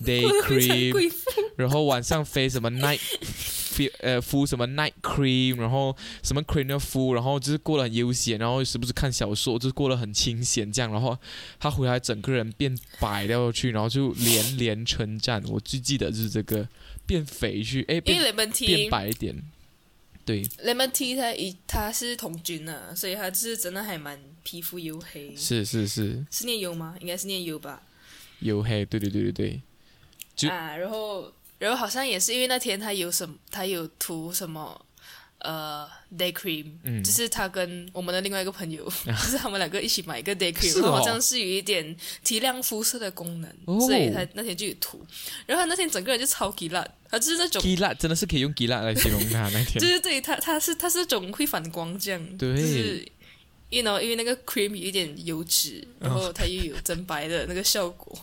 Speaker 2: day
Speaker 1: 我非常
Speaker 2: cream，
Speaker 1: 贵妇
Speaker 2: 然后晚上飞什么 night fe- 呃敷什么 night cream，然后什么 cream 的敷，然后就是过得很悠闲，然后时不时看小说，就是过得很清闲这样。然后他回来整个人变白掉去，然后就连连称赞。我最记得就是这个变肥去，哎
Speaker 1: 因
Speaker 2: 变
Speaker 1: 为 lemon
Speaker 2: 变
Speaker 1: tea
Speaker 2: 白一点。对，
Speaker 1: lemon tea 它一它是童军啊，所以它就是真的还蛮皮肤黝黑。
Speaker 2: 是是是，
Speaker 1: 是念黝吗？应该是念黝吧。
Speaker 2: 黝黑，对对对对对，就
Speaker 1: 啊，然后然后好像也是因为那天他有什么，他有涂什么呃 day cream，、
Speaker 2: 嗯
Speaker 1: 就是他跟我们的另外一个朋 友，就是他们两个一起买一个 day
Speaker 2: 是
Speaker 1: cream，、
Speaker 2: 哦
Speaker 1: 好像是有一点提亮肤色的功能，
Speaker 2: 哦
Speaker 1: 所以他那天就有涂，然后他那天整个人就超级辣，他就是那种。
Speaker 2: 鸡辣真的是可以用鸡辣来形容他那
Speaker 1: 就
Speaker 2: 天。
Speaker 1: 是对他，他是他是那种会反光这样，
Speaker 2: 对
Speaker 1: 就是，you know，因为那个 cream 有一点油脂，然后它又有增白的那个效果。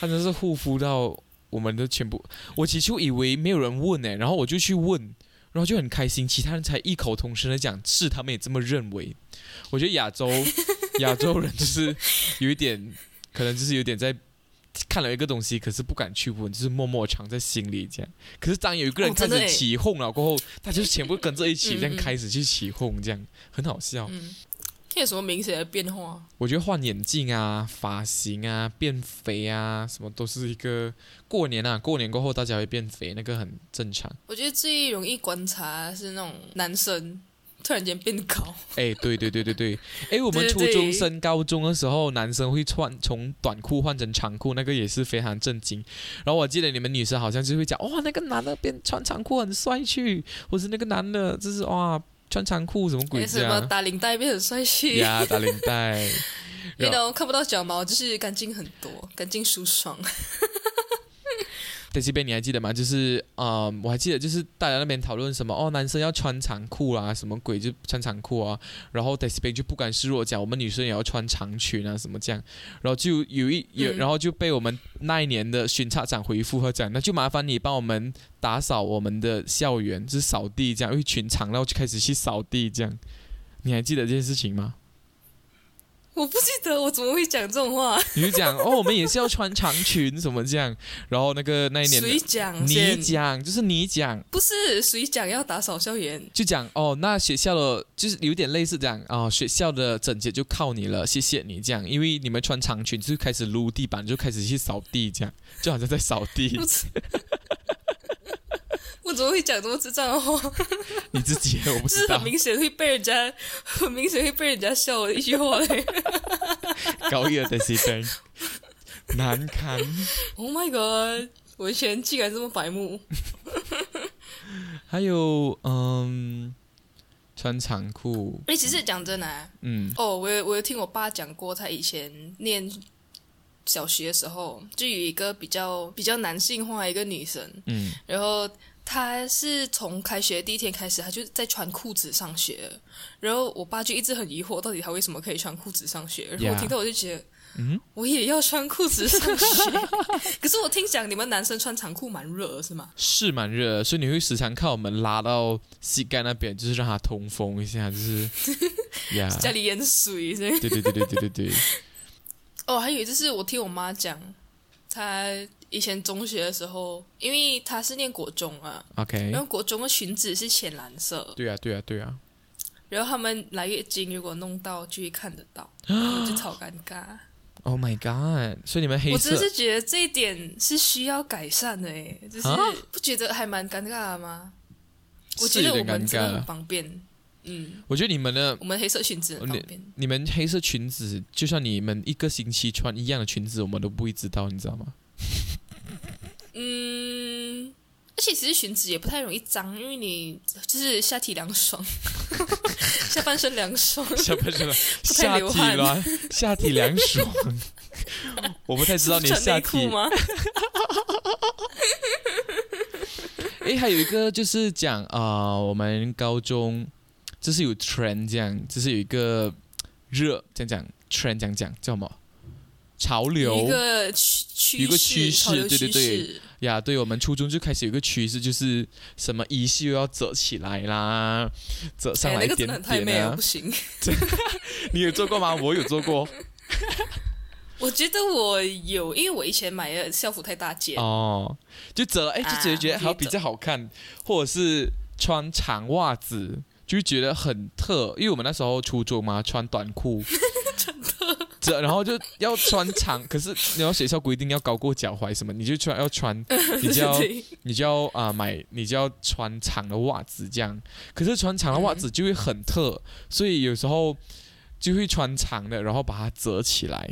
Speaker 2: 他真的是护肤到我们的全部。我起初以为没有人问呢、然后我就去问，然后就很开心，其他人才异口同声的讲是，他们也这么认为。我觉得亚洲 亚洲人就是有一点，可能就是有点在。看了一个东西，可是不敢去问，就是默默藏在心里这样。可是当有一个人
Speaker 1: 哦
Speaker 2: 开
Speaker 1: 真的
Speaker 2: 始
Speaker 1: 诶
Speaker 2: 起哄了过后，他就全部跟着一起这样
Speaker 1: 嗯嗯
Speaker 2: 开始去起哄，这样很好笑。
Speaker 1: 嗯，看有什么明显的变化？
Speaker 2: 我觉得换眼镜啊、发型啊、变肥啊，什么都是一个过年啊，过年过后大家会变肥，那个很正常。
Speaker 1: 我觉得最容易观察是那种男生突然间变高，
Speaker 2: 哎，对对对 对对，哎，我们
Speaker 1: 对
Speaker 2: 初
Speaker 1: 对对
Speaker 2: 中升高中的时候，男生会啊穿从短裤换成长裤，那个也是非常震惊。然后我记得你们女生好像就会讲，哇、那个男的变穿长裤很帅气，或是那个男的就是哇穿长裤什么鬼
Speaker 1: 为
Speaker 2: 这
Speaker 1: 什么
Speaker 2: 样
Speaker 1: 打领带变很帅气？
Speaker 2: 呀，打领带。
Speaker 1: 你懂看不到脚毛，就是干净很多，干净舒爽。
Speaker 2: 在这边你还记得吗？就是啊、呃我还记得就是大家那边讨论什么哦，男生要穿长裤啊，什么鬼就穿长裤啊。然后在这边就不甘示弱讲，我们女生也要穿长裙啊，什么这样。然后就有一有，
Speaker 1: 嗯
Speaker 2: 然后就被我们那一年的巡查长回复他讲，那就麻烦你帮我们打扫我们的校园，就是扫地这样，因为裙长，然后就开始去扫地这样。你还记得这件事情吗？
Speaker 1: 我不记得我怎么会讲这种话，
Speaker 2: 你就讲哦，我们也是要穿长裙什么这样。然后那个那一年的
Speaker 1: 谁讲
Speaker 2: 你
Speaker 1: 先？
Speaker 2: 讲就是你讲。
Speaker 1: 不是谁讲要打扫校园？
Speaker 2: 就讲哦，那学校的就是有点类似这样哦，学校的整洁就靠你了，谢谢你这样，因为你们穿长裙就开始撸地板，就开始去扫地这样， 就好像在扫地
Speaker 1: 我，怎我怎么会讲这么智障的话？
Speaker 2: 你自己我
Speaker 1: 就
Speaker 2: 不知
Speaker 1: 是
Speaker 2: 道
Speaker 1: 很，明显会被人家，很明显会被人家笑的一句 话嘞。
Speaker 2: 高一的 d e c 难堪
Speaker 1: Oh my god！我以前竟然这么白 目。
Speaker 2: 还有嗯，穿长裤，
Speaker 1: 哎，其实讲真的、啊。
Speaker 2: 嗯，
Speaker 1: 哦，我有我有听我爸讲过，他以前念小学的时候，就有一个比较比较男性化的一个女生，
Speaker 2: 嗯，
Speaker 1: 然后她是从开学第一天开始，她就在穿裤子上学，然后我爸就一直很疑惑，到底她为什么可以穿裤子上学，然后我
Speaker 2: Yeah
Speaker 1: 听到我就觉得。
Speaker 2: 嗯
Speaker 1: 我也要穿裤子上 学，可是我听讲你们男生穿长裤蛮热的是吗？
Speaker 2: 是蛮热的，所以你会时常看我们拉到膝盖那边，就是让它通风一下，就是呀，
Speaker 1: 家里淹水是吗
Speaker 2: 对对对对对对对，
Speaker 1: 哦，还有就是我听我妈讲，她以前中学的时候，因为她是念国中啊，
Speaker 2: ，OK，
Speaker 1: 然后国中的裙子是浅蓝色，
Speaker 2: 对啊对啊对啊，
Speaker 1: 然后他们来月经如果弄到就会看得 到，然后就超尴尬。
Speaker 2: Oh my god！所以你们黑
Speaker 1: 我真
Speaker 2: 色
Speaker 1: 是觉得这一点是需要改善的诶，就是
Speaker 2: 啊
Speaker 1: 不觉得还蛮尴尬的吗？我
Speaker 2: 是
Speaker 1: 觉
Speaker 2: 有
Speaker 1: 得我
Speaker 2: 点
Speaker 1: 们
Speaker 2: 尴
Speaker 1: 真的很
Speaker 2: 尬。
Speaker 1: 方便，嗯，
Speaker 2: 我觉得你们的
Speaker 1: 我们黑色裙子很方便。
Speaker 2: 你们黑色裙子，就算你们一个星期穿一样的裙子，我们都不会知道，你知道 吗？
Speaker 1: 嗯，而且其实裙子也不太容易脏，因为你就是下体凉 爽，下半身凉爽。
Speaker 2: 下半身
Speaker 1: 不
Speaker 2: 下
Speaker 1: 太
Speaker 2: 体
Speaker 1: 流汗
Speaker 2: 啦，下体凉爽。 我不太知道你的
Speaker 1: 穿
Speaker 2: 下
Speaker 1: 内裤
Speaker 2: 体。
Speaker 1: 吗？
Speaker 2: 诶，还有一个就是讲啊、我们高中就是有 trend 这样，就是有一个热这样讲 trend 这样讲叫什么？
Speaker 1: 有
Speaker 2: 潮
Speaker 1: 一
Speaker 2: 流
Speaker 1: 个趋趋
Speaker 2: 有一个趋势
Speaker 1: 潮流
Speaker 2: 对对
Speaker 1: 趋
Speaker 2: 对
Speaker 1: 势。
Speaker 2: 呀，对我们初中就开始有一个趋势，就是什么衣袖要折起来啦，折上
Speaker 1: 哎，
Speaker 2: 来
Speaker 1: 那
Speaker 2: 一
Speaker 1: 个
Speaker 2: 点
Speaker 1: 真的很太
Speaker 2: 点
Speaker 1: 美
Speaker 2: 啊。
Speaker 1: 了，不行。
Speaker 2: 你有做过吗？我有做过。
Speaker 1: 我觉得我有，因为我以前买的校服太大 件，
Speaker 2: 哦，就折了，哎，就
Speaker 1: 啊
Speaker 2: 直接觉得
Speaker 1: 我觉得
Speaker 2: 好比较好看，或者是穿长袜子，就觉得很特，因为我们那时候初中嘛，穿短 裤，这然后就要穿长，可是你要学校规定要高过脚踝什么，你就穿要 穿，你就要
Speaker 1: 对
Speaker 2: 你就要啊、买，你就要穿长的袜子这样。可是穿长的袜
Speaker 1: 嗯
Speaker 2: 子就会很特，所以有时候就会穿长的，然后把它折起来，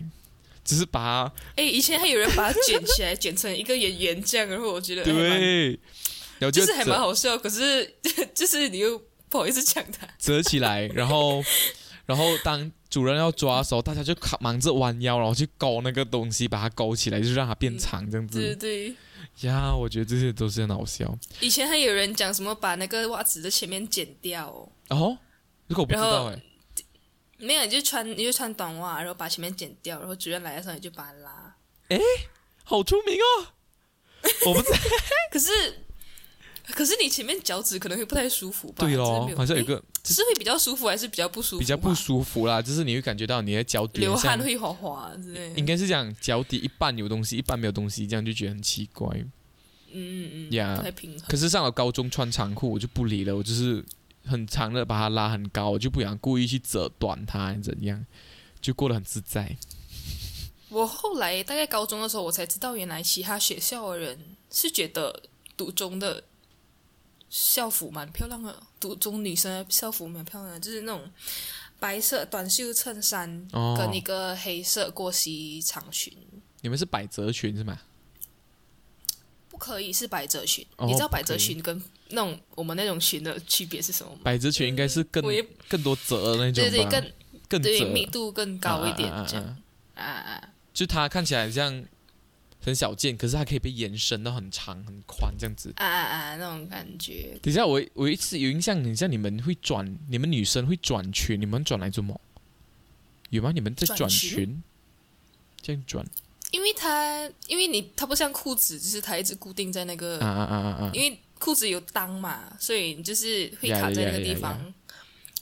Speaker 2: 只是把它
Speaker 1: 哎，以前还有人把它卷起来，卷成一个圆圆这样，然后我觉得还蛮，
Speaker 2: 对，然后
Speaker 1: 就是还
Speaker 2: 折
Speaker 1: 蛮好笑，可是 就是你又不好意思讲它。
Speaker 2: 折起来，然后 然后当主人要抓的时候，大家就卡忙着弯腰，然后去勾那个东西，把它勾起来，就是让它变长这样
Speaker 1: 对
Speaker 2: 子。
Speaker 1: 嗯对
Speaker 2: 呀，我觉得这些都是很好笑。
Speaker 1: 对，以前还有人讲什么把那个袜子的前面剪掉哦，
Speaker 2: 哦，这个我不知道
Speaker 1: 然后
Speaker 2: 哎。
Speaker 1: 没有，你就穿你就穿短袜，然后把前面剪掉，然后主任来的时候你就把它拉。
Speaker 2: 好出名哦！我不知 道，
Speaker 1: 可是，可是你前面脚趾可能会不太舒服吧？
Speaker 2: 对
Speaker 1: 啊真的
Speaker 2: 咯
Speaker 1: 没，有
Speaker 2: 好像有一
Speaker 1: 诶
Speaker 2: 个
Speaker 1: 是会比较舒服还是比较不舒服吧？啊
Speaker 2: 比较不舒服啦，就是你会感觉到你的脚底
Speaker 1: 流
Speaker 2: 好像
Speaker 1: 汗会滑滑之类的。
Speaker 2: 应该是讲脚底一半有东西，一半没有东西，这样就觉得很奇怪
Speaker 1: 嗯嗯嗯
Speaker 2: 呀
Speaker 1: 不太平衡。
Speaker 2: 可是上了高中穿长裤，我就不理了，我就是很长的把它拉很高，我就不想故意去折短它怎样，就过得很自在。
Speaker 1: 我后来大概高中的时候，我才知道原来其他学校的人是觉得读中的校服蛮漂亮的，读中女生的校服蛮漂亮的，就是那种白色短袖衬衫
Speaker 2: 哦
Speaker 1: 跟一个黑色过膝长裙。
Speaker 2: 你们是百褶裙是吗？
Speaker 1: 不可以是百褶裙，
Speaker 2: 哦
Speaker 1: 你知道百
Speaker 2: 不可以
Speaker 1: 褶裙跟那种我们那种裙的区别是什么吗？
Speaker 2: 百褶裙应该是更
Speaker 1: 我也
Speaker 2: 更多褶的那种
Speaker 1: 对
Speaker 2: 吧，
Speaker 1: 对，更
Speaker 2: 更
Speaker 1: 对
Speaker 2: 褶
Speaker 1: 密度更高一点
Speaker 2: 啊啊啊啊
Speaker 1: 这样啊啊！
Speaker 2: 就它看起来像很小件，可是它可以被延伸到很长很宽这样子。
Speaker 1: 啊啊啊！那种感觉，
Speaker 2: 等一下，我我一次有印象，等一下你们会转，你们女生会转裙，你们转来做么？有吗？你们在转
Speaker 1: 转
Speaker 2: 裙？
Speaker 1: 裙
Speaker 2: 这样转
Speaker 1: 因为它，因为你它不像裤子，就是它一直固定在那个，
Speaker 2: 啊啊啊啊啊！
Speaker 1: 因为裤子有裆嘛，所以你就是会
Speaker 2: 呀
Speaker 1: 卡在
Speaker 2: 呀
Speaker 1: 那个
Speaker 2: 呀
Speaker 1: 地
Speaker 2: 呀
Speaker 1: 方。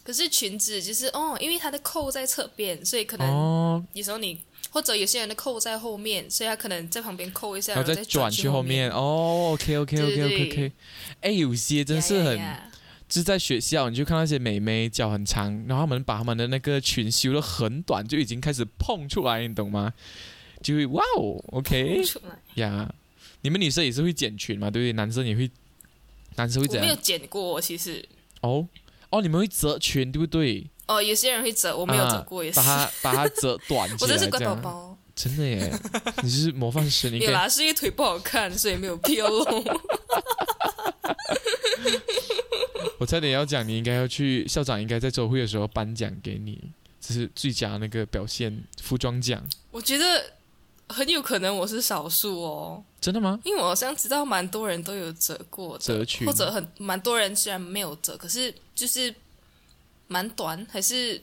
Speaker 1: 可是裙子就是哦，因为它的扣在侧边，所以可能
Speaker 2: 哦，
Speaker 1: 有时候你、或者有些人的扣在后面，所以他可能在旁边扣一下，
Speaker 2: 然后
Speaker 1: 后
Speaker 2: 再转去
Speaker 1: 去
Speaker 2: 后
Speaker 1: 面
Speaker 2: 面。。哦，OK OK
Speaker 1: 对
Speaker 2: OK
Speaker 1: 对
Speaker 2: OK
Speaker 1: 对
Speaker 2: OK。哎，有些真是很，
Speaker 1: 呀呀呀
Speaker 2: 就是在学校你就看那些美眉脚很长，然后她们把她们的那个裙修的很短，就已经开始碰出来，你懂吗？就会哇哦，OK
Speaker 1: 出来
Speaker 2: 呀。你们女生也是会剪裙嘛，对不对？男生也会，男生会
Speaker 1: 我
Speaker 2: 怎
Speaker 1: 没
Speaker 2: 样
Speaker 1: 有？剪过，其实
Speaker 2: 哦哦，你们会折裙对不对？
Speaker 1: 哦，有些人会折，我没有折过，也是
Speaker 2: 啊把。它把它折短起
Speaker 1: 我
Speaker 2: 来
Speaker 1: 真是乖
Speaker 2: 这
Speaker 1: 宝
Speaker 2: 样。
Speaker 1: 宝，
Speaker 2: 真的耶，你是模 范生，你
Speaker 1: 没
Speaker 2: 可
Speaker 1: 有
Speaker 2: 以
Speaker 1: 啦，是因为腿不好看，所以没有必要 弄。
Speaker 2: 我差点要讲，你应该要去校长应该在周会的时候颁奖给你，这是最佳那个表现服装奖。
Speaker 1: 我觉得很有可能我是少数哦，
Speaker 2: 真的吗？
Speaker 1: 因为我好像知道蛮多人都有折过的，
Speaker 2: 折裙
Speaker 1: 或者很蛮多人虽然没有折，可是就是蛮短，还是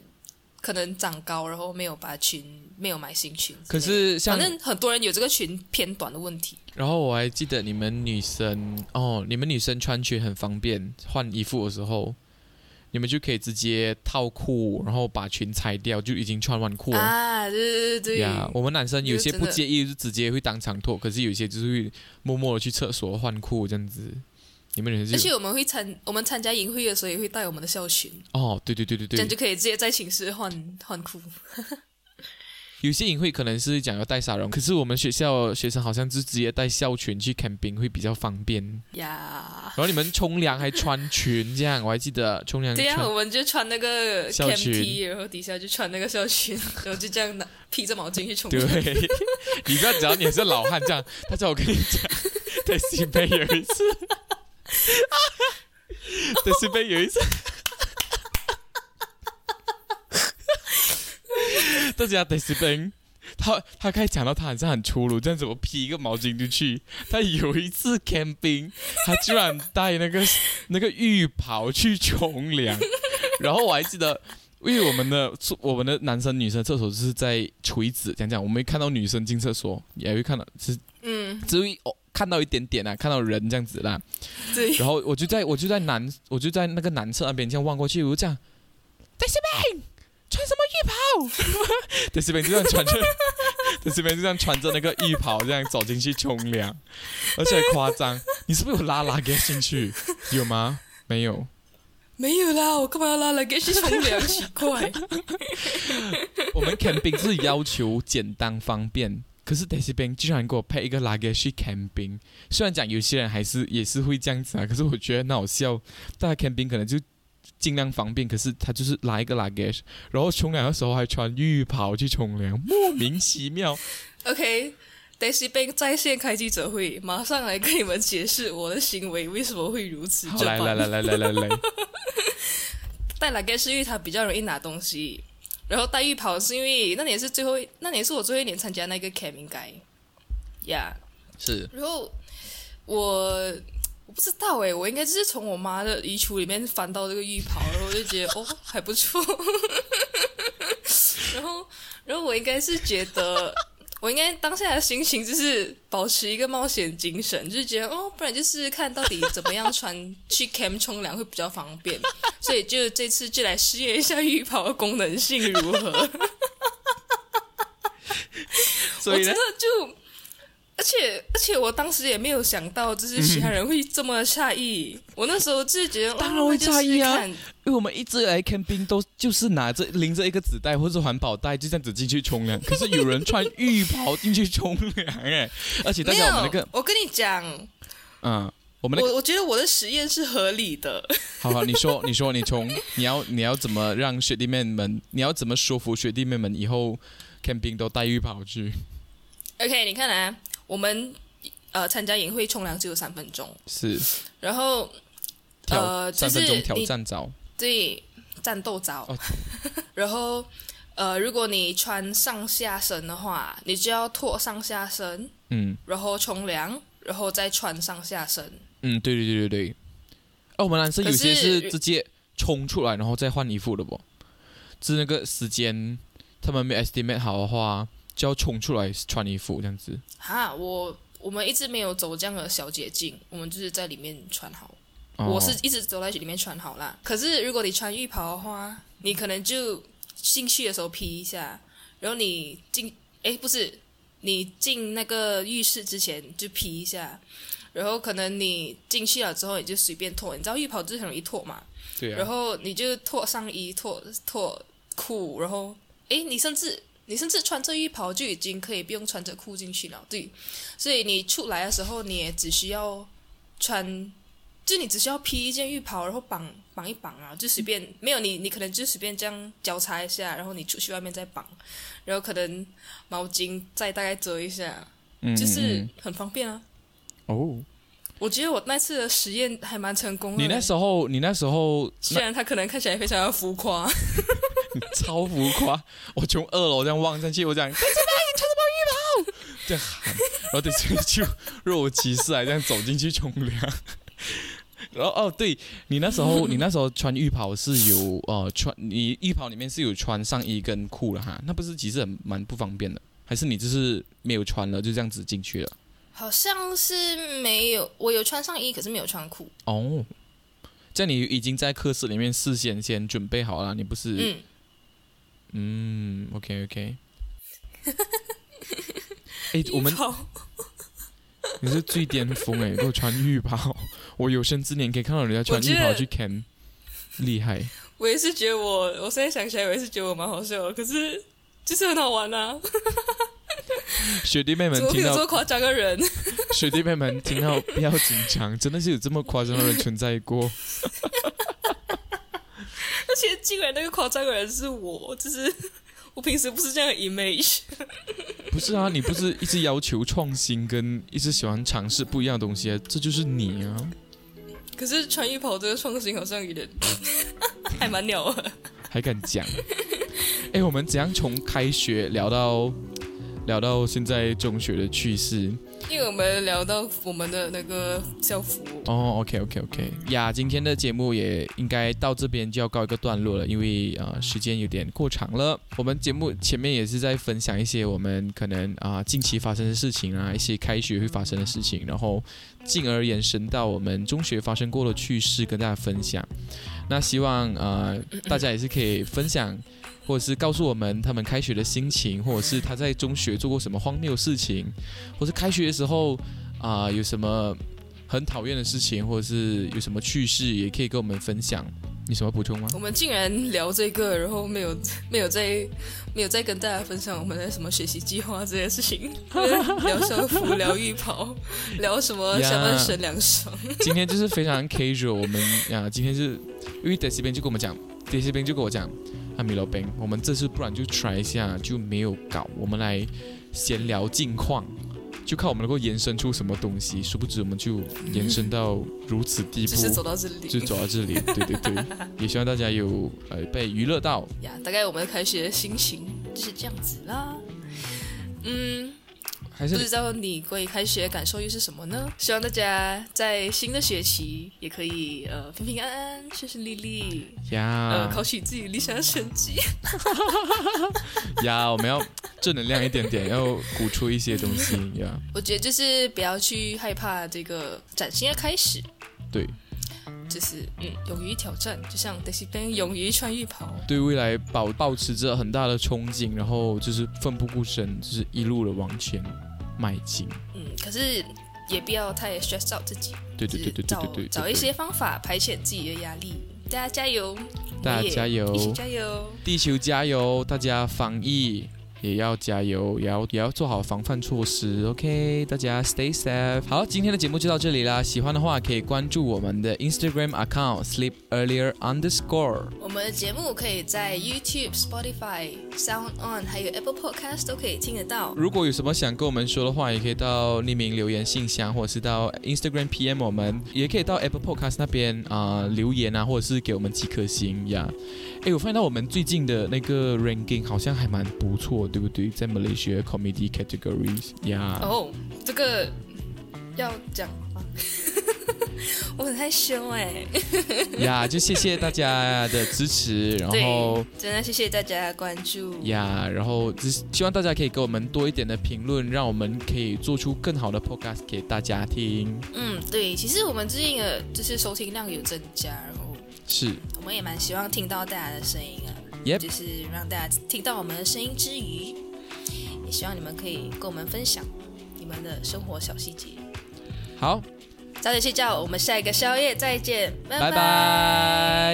Speaker 1: 可能长高，然后没有把裙没有买新裙之类的。
Speaker 2: 可是像
Speaker 1: 反正很多人有这个裙偏短的问题，
Speaker 2: 然后我还记得你们女生哦，你们女生穿裙很方便，换衣服的时候，你们就可以直接套裤，然后把裙拆掉，就已经穿完裤了。
Speaker 1: 啊，对对对对
Speaker 2: 呀我们男生有些
Speaker 1: 这个
Speaker 2: 不
Speaker 1: 真的
Speaker 2: 介意，就直接会当场脱；可是有些就是会默默的去厕所换裤这样子。你们女
Speaker 1: 而
Speaker 2: 生就
Speaker 1: 且
Speaker 2: 有
Speaker 1: 我们会参我们参加营会的时候也会带我们的校裙，
Speaker 2: 哦，对对对对
Speaker 1: 这样就
Speaker 2: 对，
Speaker 1: 可以直接在寝室换换裤。
Speaker 2: 有些营会可能是讲要带沙绒，可是我们学校学生好像就直接带校裙去 camping 会比较方便。
Speaker 1: 呀
Speaker 2: 然，后你们冲凉还穿裙，这样我还记得冲凉
Speaker 1: 这
Speaker 2: 嗯穿。
Speaker 1: 样我们就穿那个
Speaker 2: 校
Speaker 1: cam
Speaker 2: 裙
Speaker 1: T，然后底下就穿那个校裙， 然后就这样拿披着毛巾去冲
Speaker 2: 对
Speaker 1: 凉。，
Speaker 2: 你不要讲你是老汉这样。但是我跟你讲，在西北有一次，在西北有一次，大家在西北。啊他他开始讲到他好像很粗鲁，这样子我披一个毛巾就去。他有一次 camping，他居然带那个那个浴袍去冲凉，然后我还记得因为我们的厕我们的男生女生厕所就是在垂直讲讲，我们会看到女生进厕所，也会看到只
Speaker 1: 嗯，
Speaker 2: 只会哦看到一点点啊，看到人这样子啦。
Speaker 1: 对，
Speaker 2: 然后我就在我就在男我就在那个男厕那边这样望过去，我就这样，戴世明穿什么浴袍？戴世明就这样穿着，戴世明就这样穿着那个浴袍这样走进去冲凉，而且还夸张，你是不是有拉拉给进去？有吗？没有。
Speaker 1: 没有啦，我干嘛要拉来给去冲凉？奇怪，
Speaker 2: 我们 camping 是要求简单方便，可是 Daisy Bang 居然给我配一个 luggage 去 camping。虽然讲有些人还是也是会这样子啊，可是我觉得很好笑。大家 camping 可能就尽量方便，可是他就是拉一个 luggage，然后冲凉的时候还穿浴袍去冲凉，莫名其 妙。
Speaker 1: OK。Daisy Bank 在线开记者会，马上来跟你们解释我的行为为什么会如此
Speaker 2: 好，
Speaker 1: 这
Speaker 2: 来
Speaker 1: 般。
Speaker 2: 来来来来来来，
Speaker 1: 戴拉盖是因为它比较容易拿东西，然后戴浴袍是因为那年是最后一，那年是我最后一年参加那个 c a m i n g u y 呀
Speaker 2: 是
Speaker 1: 然后我我不知道诶，我应该就是从我妈的衣橱里面翻到这个浴袍，然后我就觉得 哦还不错，然后然后我应该是觉得。我应该当下的心情就是保持一个冒险精神，就是觉得哦，不然就试试看到底怎么样穿去 cam 冲凉会比较方便，所以就这次就来试验一下浴袍的功能性如何。
Speaker 2: 所以
Speaker 1: 我
Speaker 2: 呢
Speaker 1: 真的，就，而且而且我当时也没有想到，就是其他人会这么诧异。我那时候就是觉得，
Speaker 2: 当然
Speaker 1: 哦
Speaker 2: 会
Speaker 1: 那就
Speaker 2: 诧异啊
Speaker 1: 试试看
Speaker 2: 因为我们一直以来 camping 都就是拿着拎着一个纸袋或者是环保袋就这样子进去 冲凉，可是有人穿浴袍进去冲凉哎，而且大
Speaker 1: 没
Speaker 2: 家
Speaker 1: 有，
Speaker 2: 我们那个
Speaker 1: 我跟你讲，
Speaker 2: 嗯，我们那个
Speaker 1: 我我觉得我的实验是合理的。
Speaker 2: 好好，你说，你说，你从你要你要怎么让学弟妹们，你要怎么说服学弟妹们以后 camping 都带浴袍去？
Speaker 1: OK，你看啊，我们呃参加营会冲凉只有三分钟，
Speaker 2: 是
Speaker 1: 然后
Speaker 2: 挑、
Speaker 1: 呃就
Speaker 2: 三
Speaker 1: 是
Speaker 2: 分钟挑
Speaker 1: 你
Speaker 2: 战澡，
Speaker 1: 对战斗澡，
Speaker 2: 哦
Speaker 1: 然后呃，如果你穿上下身的话，你就要脱上下身，
Speaker 2: 嗯
Speaker 1: 然后冲凉，然后再穿上下身。
Speaker 2: 嗯，对对对对对。哦，我们男生有
Speaker 1: 可是
Speaker 2: 些是直接冲出来然后再换衣服的不？是那个时间他们没有 estimate 好的话，就要冲出来穿衣服这样子。
Speaker 1: 哈，我我们一直没有走这样的小捷径，我们就是在里面穿好。
Speaker 2: 哦、
Speaker 1: 我是一直走在里面穿好啦。可是如果你穿浴袍的话，你可能就进去的时候披一下，然后你进，诶，不是，你进那个浴室之前就披一下。然后可能你进去了之后，你就随便脱，你知道浴袍就是很容易脱嘛，
Speaker 2: 对
Speaker 1: 然
Speaker 2: 啊，
Speaker 1: 后你就脱上衣、脱脱裤，然后诶，你甚至你甚至穿着浴袍就已经可以不用穿着裤进去了，对。所以你出来的时候，你也只需要穿，就你只需要披一件浴袍，然后绑绑一绑啊，就随便没有你你可能就随便这样交叉一下，然后你出去外面再绑，然后可能毛巾再大概折一下，
Speaker 2: 嗯
Speaker 1: 就是
Speaker 2: 嗯
Speaker 1: 很方便啊。
Speaker 2: 嗯哦，
Speaker 1: 我觉得我那次的实验还蛮成功的
Speaker 2: 你
Speaker 1: 嘞，
Speaker 2: 那时候你那时候
Speaker 1: 虽然它可能看起来非常的浮夸。
Speaker 2: 超浮夸！我从二楼这样望上去，我讲，戴志明，你穿什么浴袍？这样喊，然后等下就若无其事啊，这样走进去冲凉。然后哦，对你那时候，你那时候穿浴袍是有呃穿，你浴袍里面是有穿上衣跟裤了哈，那不是其实很蛮不方便的，还是你就是没有穿了，就这样子进去了？
Speaker 1: 好像是没有，我有穿上衣，可是没有穿裤。
Speaker 2: 哦，这样你已经在课室里面事先先准备好了，你不是？
Speaker 1: 嗯，
Speaker 2: 嗯 ，OK OK。哎，我们
Speaker 1: 浴袍
Speaker 2: 你是最巅峰哎、给我穿浴袍，我有生之年可以看到人家穿
Speaker 1: 我觉
Speaker 2: 浴
Speaker 1: 得
Speaker 2: 袍去 cam，厉害。
Speaker 1: 我也是觉得我，我现在想起来，我也是觉得我蛮好笑的，可是就是很好玩啊，
Speaker 2: 学弟妹们
Speaker 1: 怎么会
Speaker 2: 听
Speaker 1: 有这
Speaker 2: 到
Speaker 1: 么夸张的人？
Speaker 2: 学弟妹们听到不要紧张，真的是有这么夸张的人存在过。
Speaker 1: 而且竟然那个夸张的人是我，就是我平时不是这样的 image。
Speaker 2: 不是啊，你不是一直要求创新，跟一直喜欢尝试不一样的东西啊，这就是你啊，
Speaker 1: 可是穿浴袍这个创新好像有点 还蛮鸟的。
Speaker 2: 还敢讲？哎，我们怎样从开学聊到聊到现在中学的趣事？
Speaker 1: 因为我们聊到我们的那个校服，
Speaker 2: 哦，OK，OK，OK、o k OK OK 呀，今天的节目也应该到这边就要告一个段落了，因为啊、呃时间有点过长了。我们节目前面也是在分享一些我们可能啊、近期发生的事情啊，一些开学会发生的事情，然后进而延伸到我们中学发生过的趣事跟大家分享。那希望呃大家也是可以分享。或者是告诉我们他们开学的心情，或者是他在中学做过什么荒谬事情，或是开学的时候啊、有什么很讨厌的事情，或者是有什么趣事，也可以跟我们分享。你有什么补 充吗？
Speaker 1: 我们竟然聊这个，然后没有没有再没有再跟大家分享我们的什么学习计划这些事情，聊校服、聊浴袍、聊什么
Speaker 2: 呀
Speaker 1: 下半身凉爽。
Speaker 2: 今天就是非常 casual，我们啊，今天是因为 d e c i 边就跟我们讲 d e c i 边就跟我讲，啊，米老兵，我们这次不然就 try 一下，就没有搞，我们来闲聊近况，就看我们能够延伸出什么东西。殊不知我们就延伸到如此地步
Speaker 1: 就，是走到这
Speaker 2: 就
Speaker 1: 里
Speaker 2: 走 到这里。对对对，也希望大家有呃被娱乐到。
Speaker 1: 呀，大概我们开学的心情就是这样子啦。嗯，
Speaker 2: 还是
Speaker 1: 不
Speaker 2: 你
Speaker 1: 知道你关于开学的感受又是什么呢？希望大家在新的学期也可以呃平平安安、顺顺利利，呃
Speaker 2: 呀
Speaker 1: 考取自己理想的成绩。
Speaker 2: 呀，我们要正能量一点点，要鼓出一些东 西呀。
Speaker 1: 我觉得就是不要去害怕这个崭新的开始，
Speaker 2: 对，
Speaker 1: 就是嗯，勇于挑战，就像 Daisy Ben 勇于穿浴袍。
Speaker 2: 对未来保保持着很大的憧憬，然后就是奋不顾身，就是一路的往前迈进。
Speaker 1: 嗯，可是也不要太 stress out 自己，
Speaker 2: 对对对对对
Speaker 1: 找
Speaker 2: 对对，对
Speaker 1: 找一些方法排遣自己的压力。大家加油！
Speaker 2: 大家加油
Speaker 1: 我们也一起加油！
Speaker 2: 地球加油，大家防疫也要加油，也要也要做好防范措施。OK，大家 stay safe。好，今天的节目就到这里啦，喜欢的话可以关注我们的 Instagram account sleep earlier underscore。
Speaker 1: 我们的节目可以在 YouTube、Spotify、Sound On 还有 Apple Podcast 都可以听得到。
Speaker 2: 如果有什么想跟我们说的话，也可以到匿名留言信箱，或者是到 Instagram PM 我们，也可以到 Apple Podcast 那边啊、呃留言啊，或者是给我们几颗星呀。诶，我发现到我们最近的那个 ranking 好像还蛮不错，对不对？在 Malaysia Comedy Categories 呀。
Speaker 1: 哦，这个要讲吗？ 我很害羞哎、
Speaker 2: 呀，就谢谢大家的支持，然后
Speaker 1: 对，真的谢谢大家的关注。
Speaker 2: 呀，然后只是希望大家可以给我们多一点的评论，让我们可以做出更好的 podcast 给大家听。
Speaker 1: 嗯，对，其实我们最近的就是收听量有增加，然后
Speaker 2: 是，
Speaker 1: 我们也蛮希望听到大家的声音啊
Speaker 2: Yep
Speaker 1: 就是让大家听到我们的声音之余，也希望你们可以跟我们分享你们的生活小细节。
Speaker 2: 好，
Speaker 1: 早点睡觉，我们下一个宵夜再见，
Speaker 2: 拜拜。